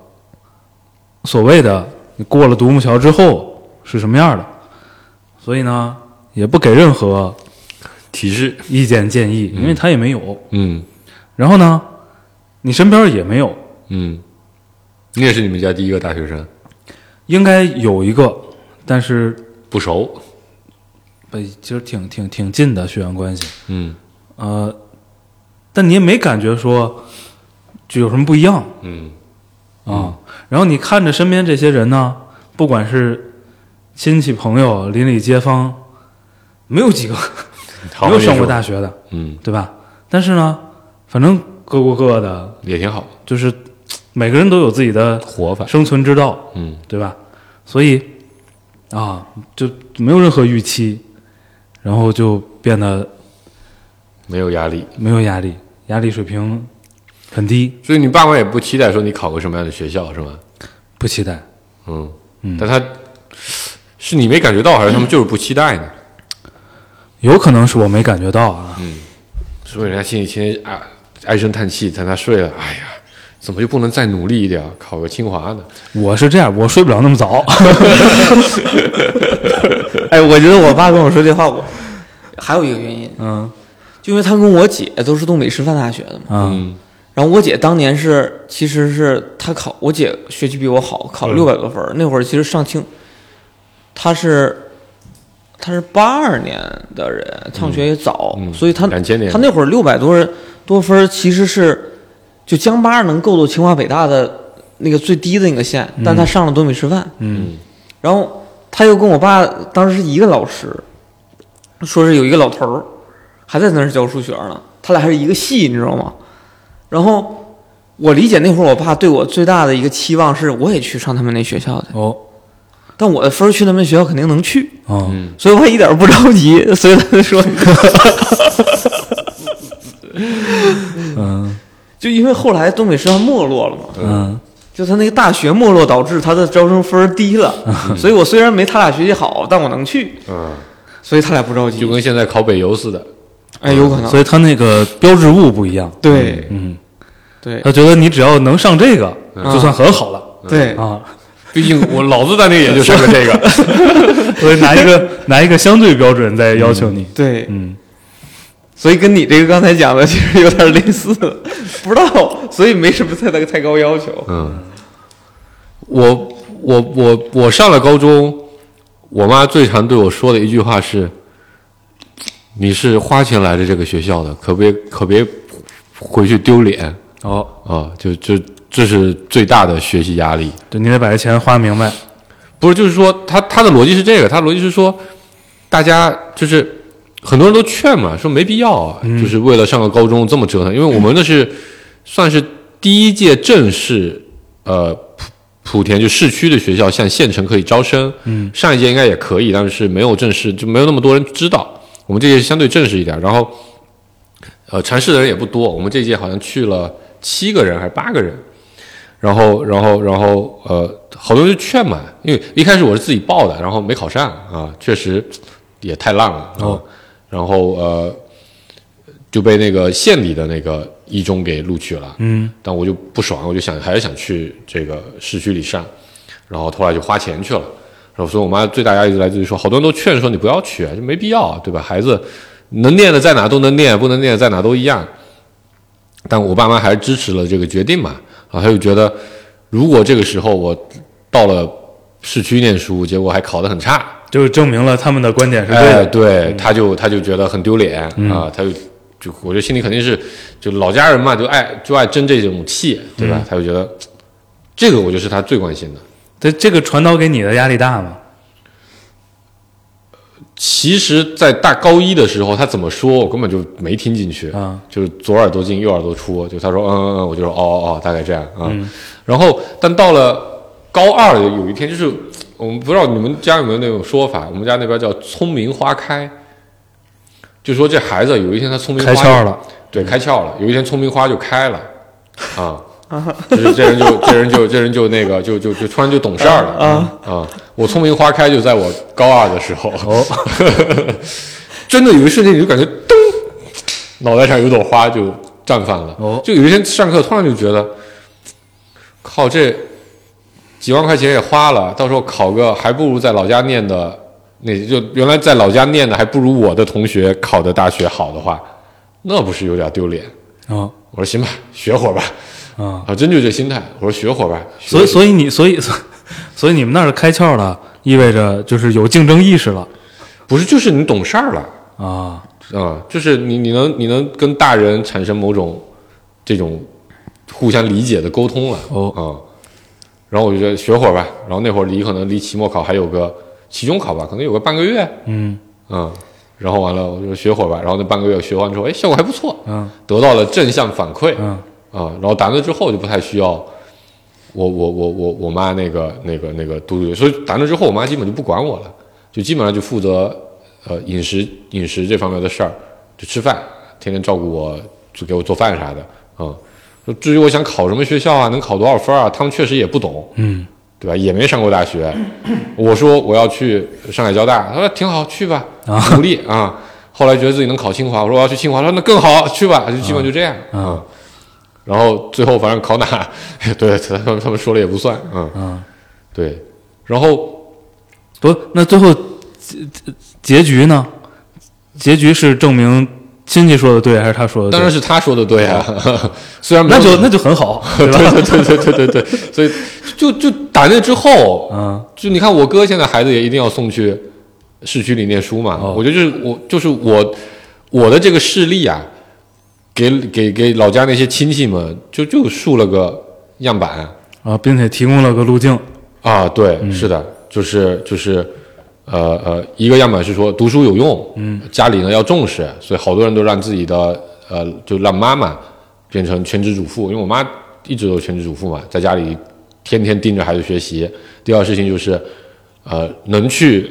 D: 所谓的你过了独木桥之后是什么样的，所以呢，也不给任何
E: 提示，
D: 意见建议，因为他也没有。
E: 嗯
D: 然后呢，你身边也没有，
E: 嗯，你也是你们家第一个大学生，
D: 应该有一个，但是
E: 不熟，
D: 呃其实挺挺挺近的血缘关系，
E: 嗯
D: 呃，但你也没感觉说就有什么不一样
E: 嗯
D: 啊。然后你看着身边这些人呢，不管是亲戚朋友、邻里街坊，没有几个
E: 好
D: 没有上过
E: 也
D: 大学的，
E: 是嗯，
D: 对吧？但是呢，反正各过各的，
E: 也挺好，
D: 就是每个人都有自己的
E: 活法，
D: 生存之道，
E: 嗯
D: 对吧？所以啊，就没有任何预期，然后就变得
E: 没有压力，
D: 没有压力，压力水平很低，
E: 所以你爸妈也不期待说你考个什么样的学校是吗？
D: 不期待。
E: 嗯，但他是你没感觉到，还是他们就是不期待呢？
D: 有可能是我没感觉到啊，
E: 嗯所以人家心里天天啊唉声叹气，在那睡了，哎呀，怎么就不能再努力一点，考个清华呢？
D: 我是这样，我睡不了那么 早。
C: 哎，我觉得我爸跟我说这话，我还有一个原因，
D: 嗯
C: 就因为他跟我姐都是东北师范大学的嘛。
D: 啊
E: 嗯
C: 然后我姐当年是，其实是她考，我姐学习比我好，考了
E: 嗯
C: 六百多分儿、那会儿其实上清，她是，她是八二年的人，上学也早，
E: 嗯
C: 所以她
E: 2000年
C: 她那会儿六百多人多分儿，其实是就江八能够到清华北大的那个最低的那个线，
E: 嗯
C: 但她上了东北师范，
D: 嗯
C: 然后她又跟我爸当时是一个老师，说是有一个老头儿还在那儿教数学呢，他俩还是一个系，你知道吗？然后我理解那会儿我爸对我最大的一个期望是，我也去上他们那学校去，
D: 哦
C: 但我的分儿去他们学校肯定能去，
D: 哦，
E: 嗯
C: 所以我一点儿不着急， 所以他就说，
D: 嗯
C: 就因为后来东北师范没落了嘛，
D: 嗯
C: 就他那个大学没落导致他的招生分儿低了，
D: 嗯
C: 所以我虽然没他俩学习好，但我能去，
E: 嗯，
C: 所以他俩不着急
E: 就，跟现在考北邮似的，
C: 哎，有可能
D: 所，以他那个标志物不一样，
C: 对
D: 嗯，
C: 对
D: 他觉得你只要能上这个，就算很好了
C: 对，
D: 啊。
E: 毕竟我老子在那也就上个这个，
D: 所以拿一 个拿一个相对标准再要求你，
C: 对，
D: 嗯
C: 所以跟你这个刚才讲的其实有点类似，不知道，所以没什么太大太高要求。
E: 嗯，我我我我上了高中，我妈最常对我说的一句话是：“你是花钱来的这个学校的，可别可别回去丢脸
D: 哦，
E: 啊！”就就这是最大的学习压力。
D: 对，你得把这钱花明白，
E: 不是，就是说他他的逻辑是这个，他的逻辑是说，大家就是很多人都劝嘛，说没必要啊，就是为了上个高中这么折腾，因为我们那是算是第一届正式呃莆莆田就市区的学校向县城可以招生。嗯，上一届应该也可以，但是没有正式，就没有那么多人知道。我们这届相对正式一点，然后呃尝试的人也不多，我们这届好像去了七个人还是八个人。然后，然后，然后，呃，好多人就劝嘛，因为一开始我是自己报的，然后没考上啊，确实也太烂了。然后，然后呃，就被那个县里的那个一中给录取了。嗯，但我就不爽，我就想还是想去这个市区里上，然后后来就花钱去了。然后，所以我妈最大压力就来自于说，好多人都劝说你不要去，啊就没必要，对吧？孩子能念的在哪都能念，不能念的在哪都一样。但我爸妈还是支持了这个决定嘛，然后他就觉得，如果这个时候我到了市区念书，结果还考得很差，
D: 就证明了他们的观点是对
E: 哎，
D: 的。
E: 对，他就他就觉得很丢脸啊、他就就我觉得心里肯定是就老家人嘛，就爱就爱争这种气，对吧？他就觉得这个我就是他最关心的。
D: 这这个传导给你的压力大吗？
E: 其实，在大高一的时候，他怎么说我根本就没听进去
D: 啊，
E: 就是左耳朵进右耳朵出，就他说嗯嗯嗯，我就说哦哦哦，大概这样啊。
D: 嗯
E: 然后，但到了高二有一天，就是嗯我们不知道你们家有没有那种说法，我们家那边叫“聪明花开”，就说这孩子有一天他聪明花
D: 开窍了，
E: 对，开窍了，有一天聪明花就开了啊。就是这人就这人就这人就那个就就就突然就懂事儿了啊、哦我聪明花开就在我高二的时候， 真的有一瞬间你就感觉噔，脑袋上有朵花就绽放了。
D: 哦
E: 就有一天上课突然就觉得，靠，这几万块钱也花了，到时候考个还不如在老家念的，那就原来在老家念的还不如我的同学考的大学好的话，那不是有点丢脸？
D: 啊
E: 我说行吧，学会儿吧。
D: 啊！
E: 啊，真就这心态。我说学会儿吧，
D: 所以
E: 以
D: 所以你所以所以所以你们那儿开窍了，意味着就是有竞争意识了
E: 不是就是你懂事儿了。
D: 啊。
E: 啊、就是你你能你能跟大人产生某种这种互相理解的沟通了，
D: 哦
E: 啊、然后我就觉得学会儿吧，然后那会儿离可能离期末考还有个期中考吧，可能有个半个月，
D: 嗯
E: 嗯，然后完了我就学会儿吧，然后那半个月学完之后，哎，效果还不错，
D: 嗯
E: 得到了正向反馈，
D: 嗯
E: 啊，然后打那之后就不太需要我我我我我妈那个那个那个督促，所以打那之后我妈基本就不管我了，就基本上就负责呃饮食饮食这方面的事儿，就吃饭，天天照顾我，就给我做饭啥的啊。说至于我想考什么学校啊，能考多少分儿啊，他们确实也不懂，
D: 嗯，
E: 对吧？也没上过大学。我说我要去上海交大，他说挺好，去吧，努力啊。后来觉得自己能考清华，我说我要去清华，他说那更好，去吧，就基本就这样
D: 啊
E: 啊然后最后反正考哪， 对他们他们说了也不算，嗯，
D: 啊，
E: 对。然后
D: 不，那最后结结结局呢？结局是证明亲戚说的对，还是他说的对？
E: 当然是他说的对啊， 虽然没
D: 那
E: 有
D: 就那就很好，对 吧？
E: 对对对对对对，所以就就打那之后，
D: 嗯，
E: 就你看我哥现在孩子也一定要送去市区里念书嘛，
D: 哦
E: 我觉得就是我就是我我的这个事例啊，给给给老家那些亲戚们就就树了个样板啊，
D: 啊，并且提供了个路径，
E: 啊，对，是的，就是就是，呃呃，一个样板是说读书有用，嗯，家里呢要重视，所以好多人都让自己的呃，就让妈妈变成全职主妇，因为我妈一直都是全职主妇嘛，在家里天天盯着孩子学习。第二事情就是，呃，能去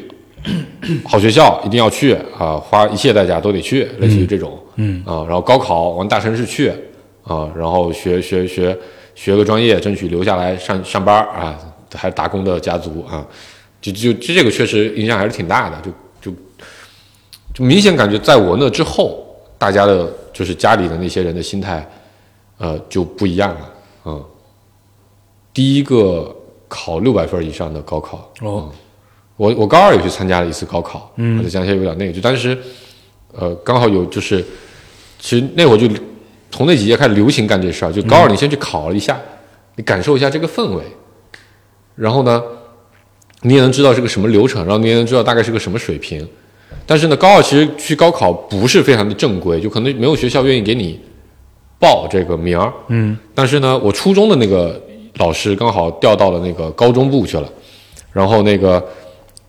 E: 好学校一定要去啊、花一切代价都得去，类似于这种，嗯啊、然后高考往大城市去啊、然后学学学学个专业，争取留下来上上班儿啊，还打工的家族啊，就就就这个确实影响还是挺大的，就就就明显感觉在我那之后，大家的就是家里的那些人的心态，呃，就不一样了，嗯，第一个考六百分以上的高考，啊
D: 哦
E: 我我高二也去参加了一次高考，嗯，我再讲一下有点那个，就当时，呃，刚好有就是，其实那会儿就从那几届开始流行干这事儿，就高二你先去考了一下，你感受一下这个氛围，然后呢，你也能知道是个什么流程，然后你也能知道大概是个什么水平，但是呢，高二其实去高考不是非常的正规，就可能没有学校愿意给你报这个名儿，
D: 嗯，
E: 但是呢，我初中的那个老师刚好调到了那个高中部去了，然后那个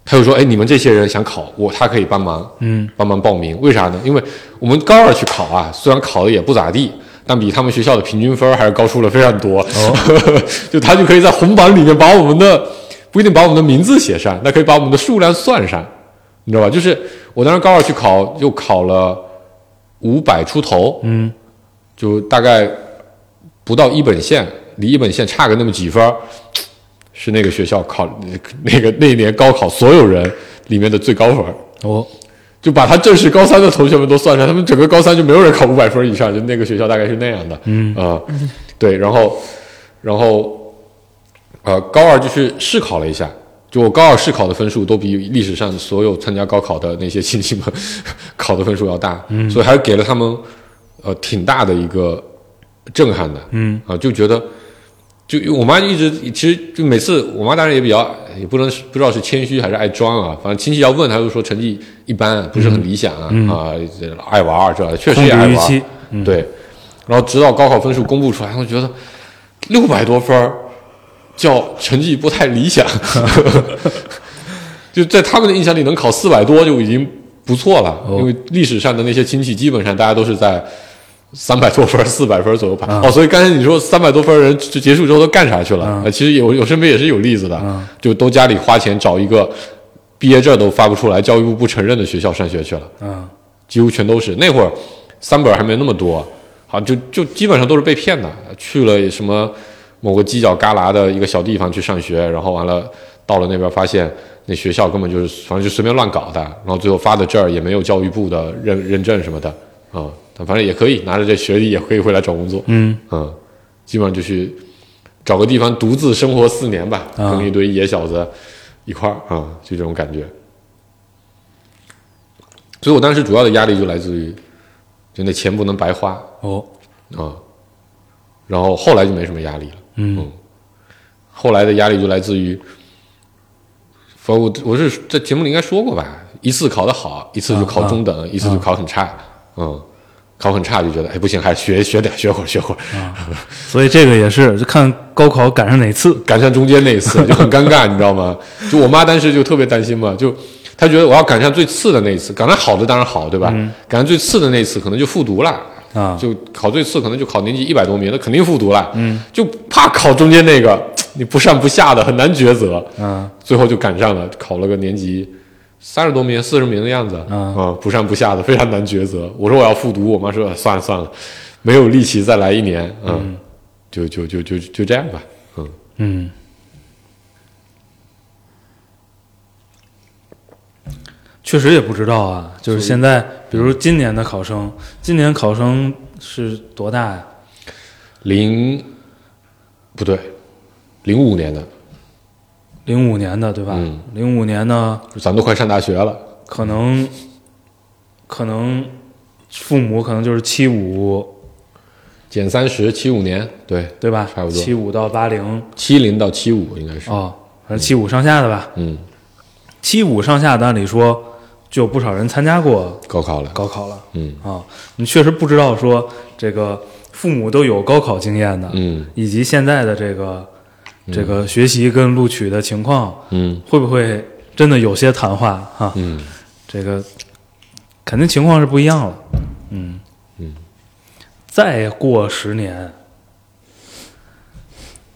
E: 他就说：“哎，你们这些人想考我，他可以帮忙，
D: 嗯，
E: 帮忙报名。为啥呢？因为我们高二去考啊，虽然考的也不咋地，但比他们学校的平均分儿还是高出了非常多。
D: 哦
E: 就他就可以在红榜里面把我们的不一定把我们的名字写上，那可以把我们的数量算上，你知道吧？就是我当时高二去考，就考了五百出头，
D: 嗯，
E: 就大概不到一本线，离一本线差个那么几分儿，是那个学校考那个那一年高考所有人里面的最高分儿。
D: 哦，
E: 就把他正式高三的同学们都算上，他们整个高三就没有人考五百分以上，就那个学校大概是那样的。嗯啊、对，然后，然后，呃，高二就去试考了一下，就我高二试考的分数都比历史上所有参加高考的那些亲戚们考的分数要大，嗯、所以还给了他们呃挺大的一个震撼的。
D: 嗯
E: 啊、就觉得。就我妈一直其实就每次我妈当然也比较也不能不知道是谦虚还是爱装啊，反正亲戚要问她就说成绩一般，不是
D: 嗯
E: 很理想啊、啊，这爱玩儿是吧？确实
D: 控
E: 也
D: 制
E: 爱
D: 预
E: 玩
D: 期嗯
E: 儿，，对。然后直到高考分数公布出来，我觉得六百多分儿叫成绩不太理想，就在他们的印象里能考四百多就已经不错了，因为历史上的那些亲戚基本上大家都是在。三百多分、四百分左右排、哦，所以刚才你说三百多分的人就结束之后都干啥去了？呃其实有有身边也是有例子的，就都家里花钱找一个毕业证都发不出来、教育部不承认的学校上学去了，
D: 嗯，
E: 几乎全都是。那会儿三本还没那么多，好就就基本上都是被骗的，去了什么某个犄角旮旯的一个小地方去上学，然后完了到了那边发现那学校根本就是反正就随便乱搞的，然后最后发的证儿也没有教育部的认认证什么的啊、但反正也可以拿着这学历也可以回来找工作，
D: 嗯
E: 嗯，基本上就去找个地方独自生活四年吧，
D: 啊
E: 跟一堆野小子一块儿啊、就这种感觉。所以我当时主要的压力就来自于，就那钱不能白花啊、
D: 哦，
E: 啊然后后来就没什么压力了。
D: 嗯
E: 后来的压力就来自于，反正我我是在节目里应该说过吧，一次考得好，一次就考中等，一次就考很差，嗯，考很差就觉得哎不行，还是学学点，学会儿学会儿，
D: 所以这个也是，就看高考赶上哪次。
E: 赶上中间那一 次就很尴尬，你知道吗？就我妈当时就特别担心嘛，就她觉得我要赶上最次的那一次，赶上好的当然好，对吧？赶上最次的那一次可能就复读了。
D: 啊
E: 就考最次可能就考年级一百多名，那肯定复读了。嗯，就怕考中间那个你不上不下的，很难抉择。
D: 嗯，
E: 最后就赶上了，考了个年级三十多名、四十名的样子，啊
D: 嗯
E: 不上不下的，非常难抉择。我说我要复读，我妈说啊算了算了，没有力气再来一年，嗯，就就就就就这样吧，嗯。
D: 嗯，确实也不知道啊。就是现在，比如今年的考生，今年考生是多大呀、
E: 零不对，零五年的，
D: 零五年的对吧？
E: 嗯
D: 零五年呢，
E: 咱都快上大学了，
D: 可能可能父母可能就是七五
E: 减三十，七五年，对，
D: 对吧？
E: 差不多
D: 七五到八零
E: 七零到七五应该是，
D: 哦，反正七五上下的吧。
E: 嗯，
D: 七五上下的，按理说就有不少人参加过
E: 高考了，
D: 高考了。
E: 嗯
D: 啊，你确实不知道说这个父母都有高考经验的，
E: 嗯
D: 以及现在的这个这个学习跟录取的情况，
E: 嗯
D: 会不会真的有些谈话哈、
E: 嗯，
D: 这个肯定情况是不一样了。嗯
E: 嗯，
D: 再过十年，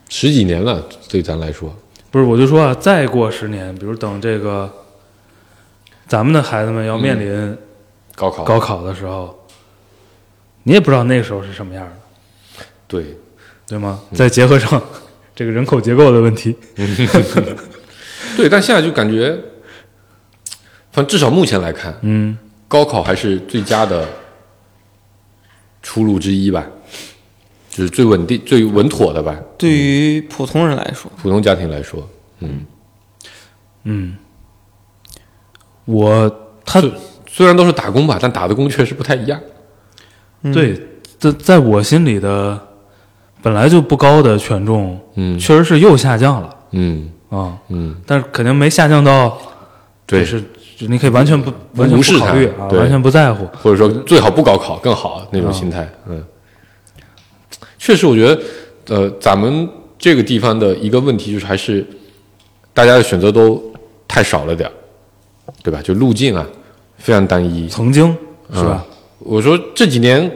E: 十几年了，对咱来说，
D: 不是我就说啊，再过十年，比如等这个咱们的孩子们要面
E: 嗯
D: 临
E: 高考
D: 高考的时候，你也不知道那个时候是什么样的。
E: 对，
D: 对吗？
E: 嗯
D: 再结合上这个人口结构的问题，
E: 对，但现在就感觉，反正至少目前来看，
D: 嗯，
E: 高考还是最佳的出路之一吧，就是最稳定、最稳妥的吧。
C: 对于普通人来说，
E: 普通家庭来说，
D: 我他
E: 虽然都嗯是打工吧，但打的工确实不太一样。
D: 对在在我心里的本来就不高的权重，
E: 嗯
D: 确实是又下降了
E: 嗯
D: 啊、
E: 嗯，
D: 但是肯定没下降到
E: 对，
D: 就是就你可以完全不完全
E: 无视
D: 不考虑
E: 它
D: 啊，
E: 对
D: 完全不在乎，
E: 或者说最好不高考更好那种心态。嗯，确实，我觉得，呃，咱们这个地方的一个问题就是还是大家的选择都太少了点儿，对吧？就路径啊，非常单一。
D: 曾经是吧？
E: 我说这几年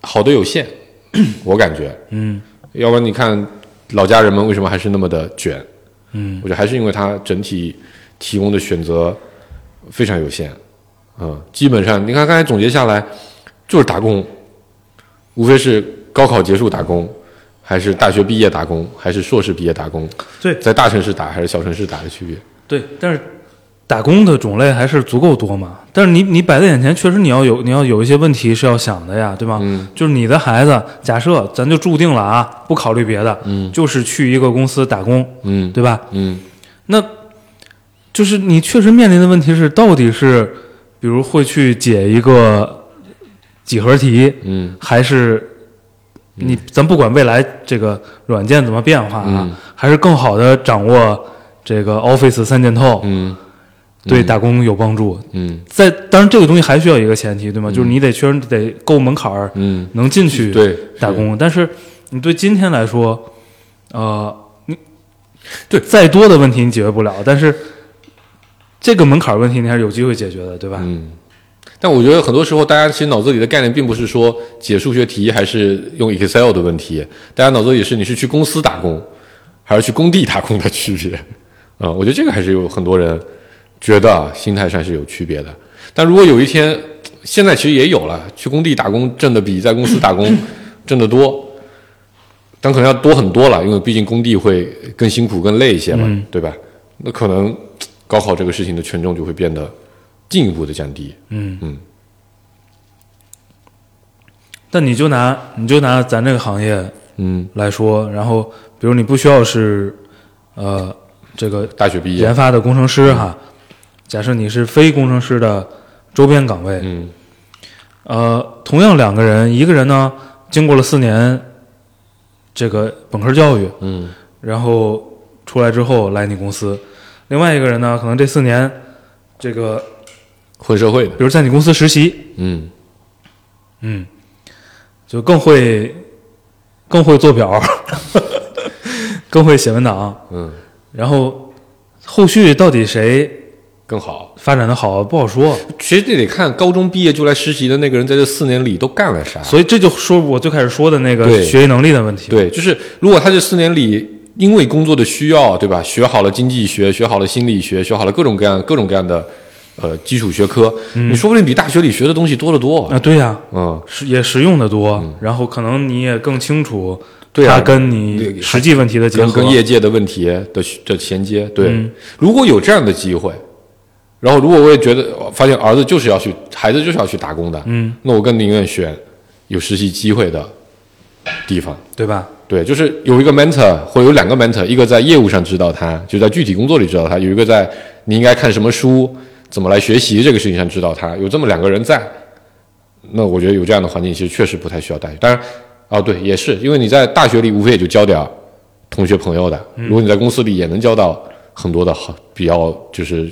E: 好的 有限，我感觉，
D: 嗯，
E: 要不然你看老家人们为什么还是那么的卷？
D: 嗯，
E: 我觉得还是因为它整体提供的选择非常有限，嗯，基本上你看刚才总结下来就是打工，无非是高考结束打工，还是大学毕业打工，还是硕士毕业打工，
D: 对
E: 在大城市打还是小城市打的区别。
D: 对，但是打工的种类还是足够多嘛。但是你你摆在眼前，确实你要有你要有一些问题是要想的呀，对吧？
E: 嗯，
D: 就是你的孩子，假设咱就注定了啊，不考虑别的，
E: 嗯
D: 就是去一个公司打工，
E: 嗯
D: 对吧？
E: 嗯
D: 那就是你确实面临的问题是，到底是比如会去解一个几何题，
E: 嗯
D: 还是你咱不管未来这个软件怎么变化啊，
E: 嗯
D: 还是更好的掌握这个 Office 三件套，
E: 嗯
D: 对打工有帮助。
E: 嗯
D: 在当然这个东西还需要一个前提，对吗？就是你得确实得够门槛儿，
E: 嗯，
D: 能进去
E: 对，
D: 打工。但是你对今天来说，呃，你
E: 对
D: 再多的问题你解决不了，但是这个门槛儿问题你还是有机会解决的，对吧？
E: 嗯，但我觉得很多时候，大家其实脑子里的概念并不是说解数学题还是用 Excel 的问题，大家脑子里是你是去公司打工还是去工地打工的区别。啊、我觉得这个还是有很多人觉得啊心态上是有区别的。但如果有一天，现在其实也有了，去工地打工挣的比在公司打工挣得多，但可能要多很多了，因为毕竟工地会更辛苦、更累一些嘛，
D: 嗯
E: 对吧？那可能高考这个事情的权重就会变得进一步的降低。
D: 嗯
E: 嗯。
D: 但你就拿你就拿咱这个行业
E: 嗯，
D: 来说，然后比如你不需要是呃这个
E: 大学毕业
D: 研，发的工程师哈，假设你是非工程师的周边岗位，
E: 嗯
D: 呃，同样两个人，一个人呢经过了四年这个本科教育，
E: 嗯
D: 然后出来之后来你公司，另外一个人呢，可能这四年这个
E: 混社会的，
D: 比如在你公司实习，
E: 嗯
D: 嗯，就更会更会做表， 更会写文档，
E: 嗯，
D: 然后后续到底谁
E: 更好。
D: 发展的好不好说。
E: 其实这得看高中毕业就来实习的那个人，在这四年里都干了啥。
D: 所以这就说我最开始说的那个
E: 对
D: 学习能力的问题。，
E: 对，就是如果他这四年里因为工作的需要，对吧？学好了经济学，学好了心理学，学好了各种各样各种各样的呃基础学科，
D: 嗯
E: 你说不定比大学里学的东西多得多。
D: 啊，对呀、
E: 嗯，
D: 是也实用的多，然后可能你也更清楚
E: 对啊
D: 它跟
E: 对
D: 你
E: 还
D: 实际问题的结
E: 跟
D: 合。
E: 跟业界的问题的的衔接，对，
D: 嗯
E: 如果有这样的机会，然后如果我也觉得呃发现儿子就是要去，孩子就是要去打工的，
D: 嗯，
E: 那我更宁愿选有实习机会的地方。
D: 对吧？
E: 对，就是有一个 mentor 或者有两个 mentor，一个在业务上指导他，就在具体工作里指导他；有一个在你应该看什么书、怎么来学习这个事情上指导他。有这么两个人在，那我觉得有这样的环境，其实确实不太需要大学。当然，哦对，也是因为你在大学里无非也就交点儿同学朋友的，如果你在公司里也能交到很多的好比较就是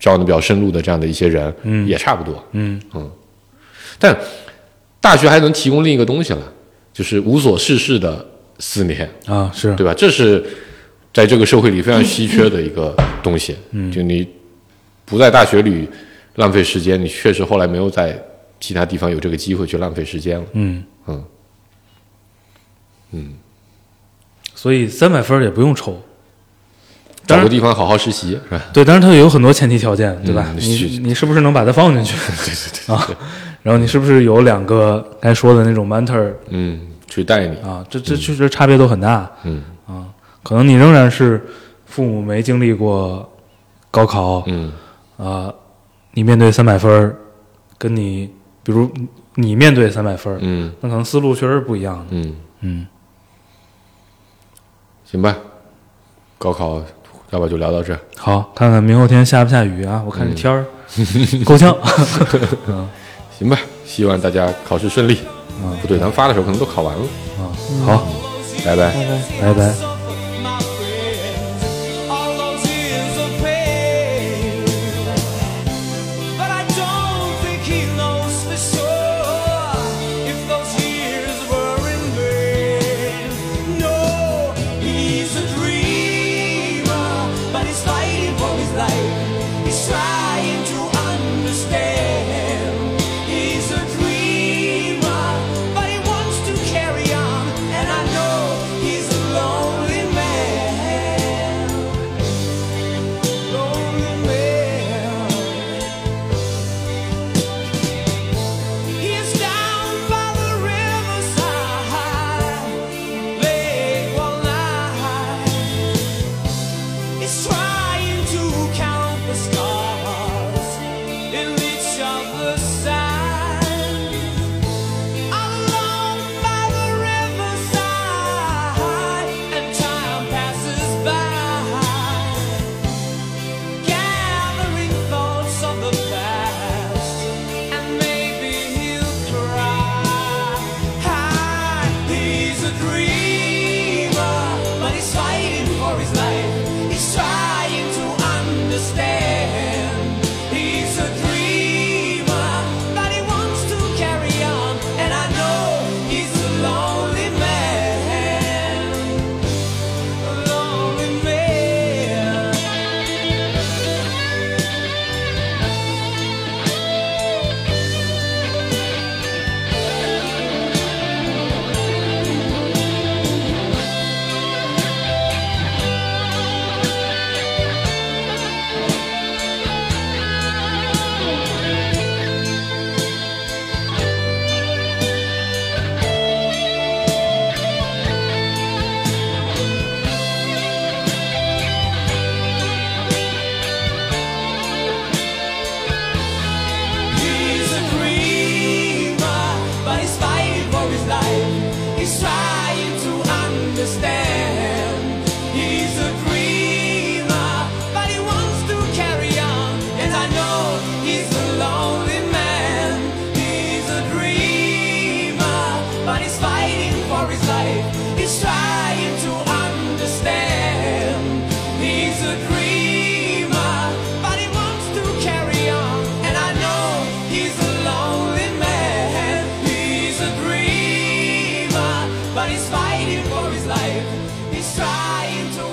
E: 交往的比较深入的这样的一些人，
D: 嗯
E: 也差不多。
D: 嗯
E: 但大学还能提供另一个东西了，就是无所事事的四年。
D: 啊，是
E: 对吧？这是在这个社会里非常稀缺的一个东西。嗯，就你不在大学里浪费时间，你确实后来没有在其他地方有这个机会去浪费时间了。
D: 嗯
E: 嗯，
D: 所以三百分儿也不用抽。当
E: 找
D: 然
E: 个地方好好实习，是吧？
D: 对，当然它有很多前提条件，对吧？
E: 嗯是
D: 你你是不是能把它放进去
E: 对对对，
D: 啊？然后你是不是有两个刚才说的那种 mentor
E: 嗯，去带你，
D: 啊？这这确实差别都很大。啊
E: 嗯
D: 可能你仍然是父母没经历过高考啊、
E: 嗯
D: 你面对三百分儿，跟你比如你面对三百分儿，
E: 嗯
D: 那可能思路确实是不一样的。
E: 嗯，
D: 嗯，
E: 行吧。高考，要不就聊到这儿。
D: 好，看看明后天下不下雨啊？我看这
E: 嗯
D: 天儿、够呛。
E: 行吧，希望大家考试顺利。
D: 嗯
E: 不对，咱们发的时候可能都考完了，
D: 好，
E: 拜拜。
D: 嗯拜拜。
B: My friends, all those years of pain. But I don't think he knows for sure if those years were in vain. No, he's a dreamer, but he's fighting for his life. He's trying to understand. He's a dreamer, but he but he's fighting for his life. He's trying to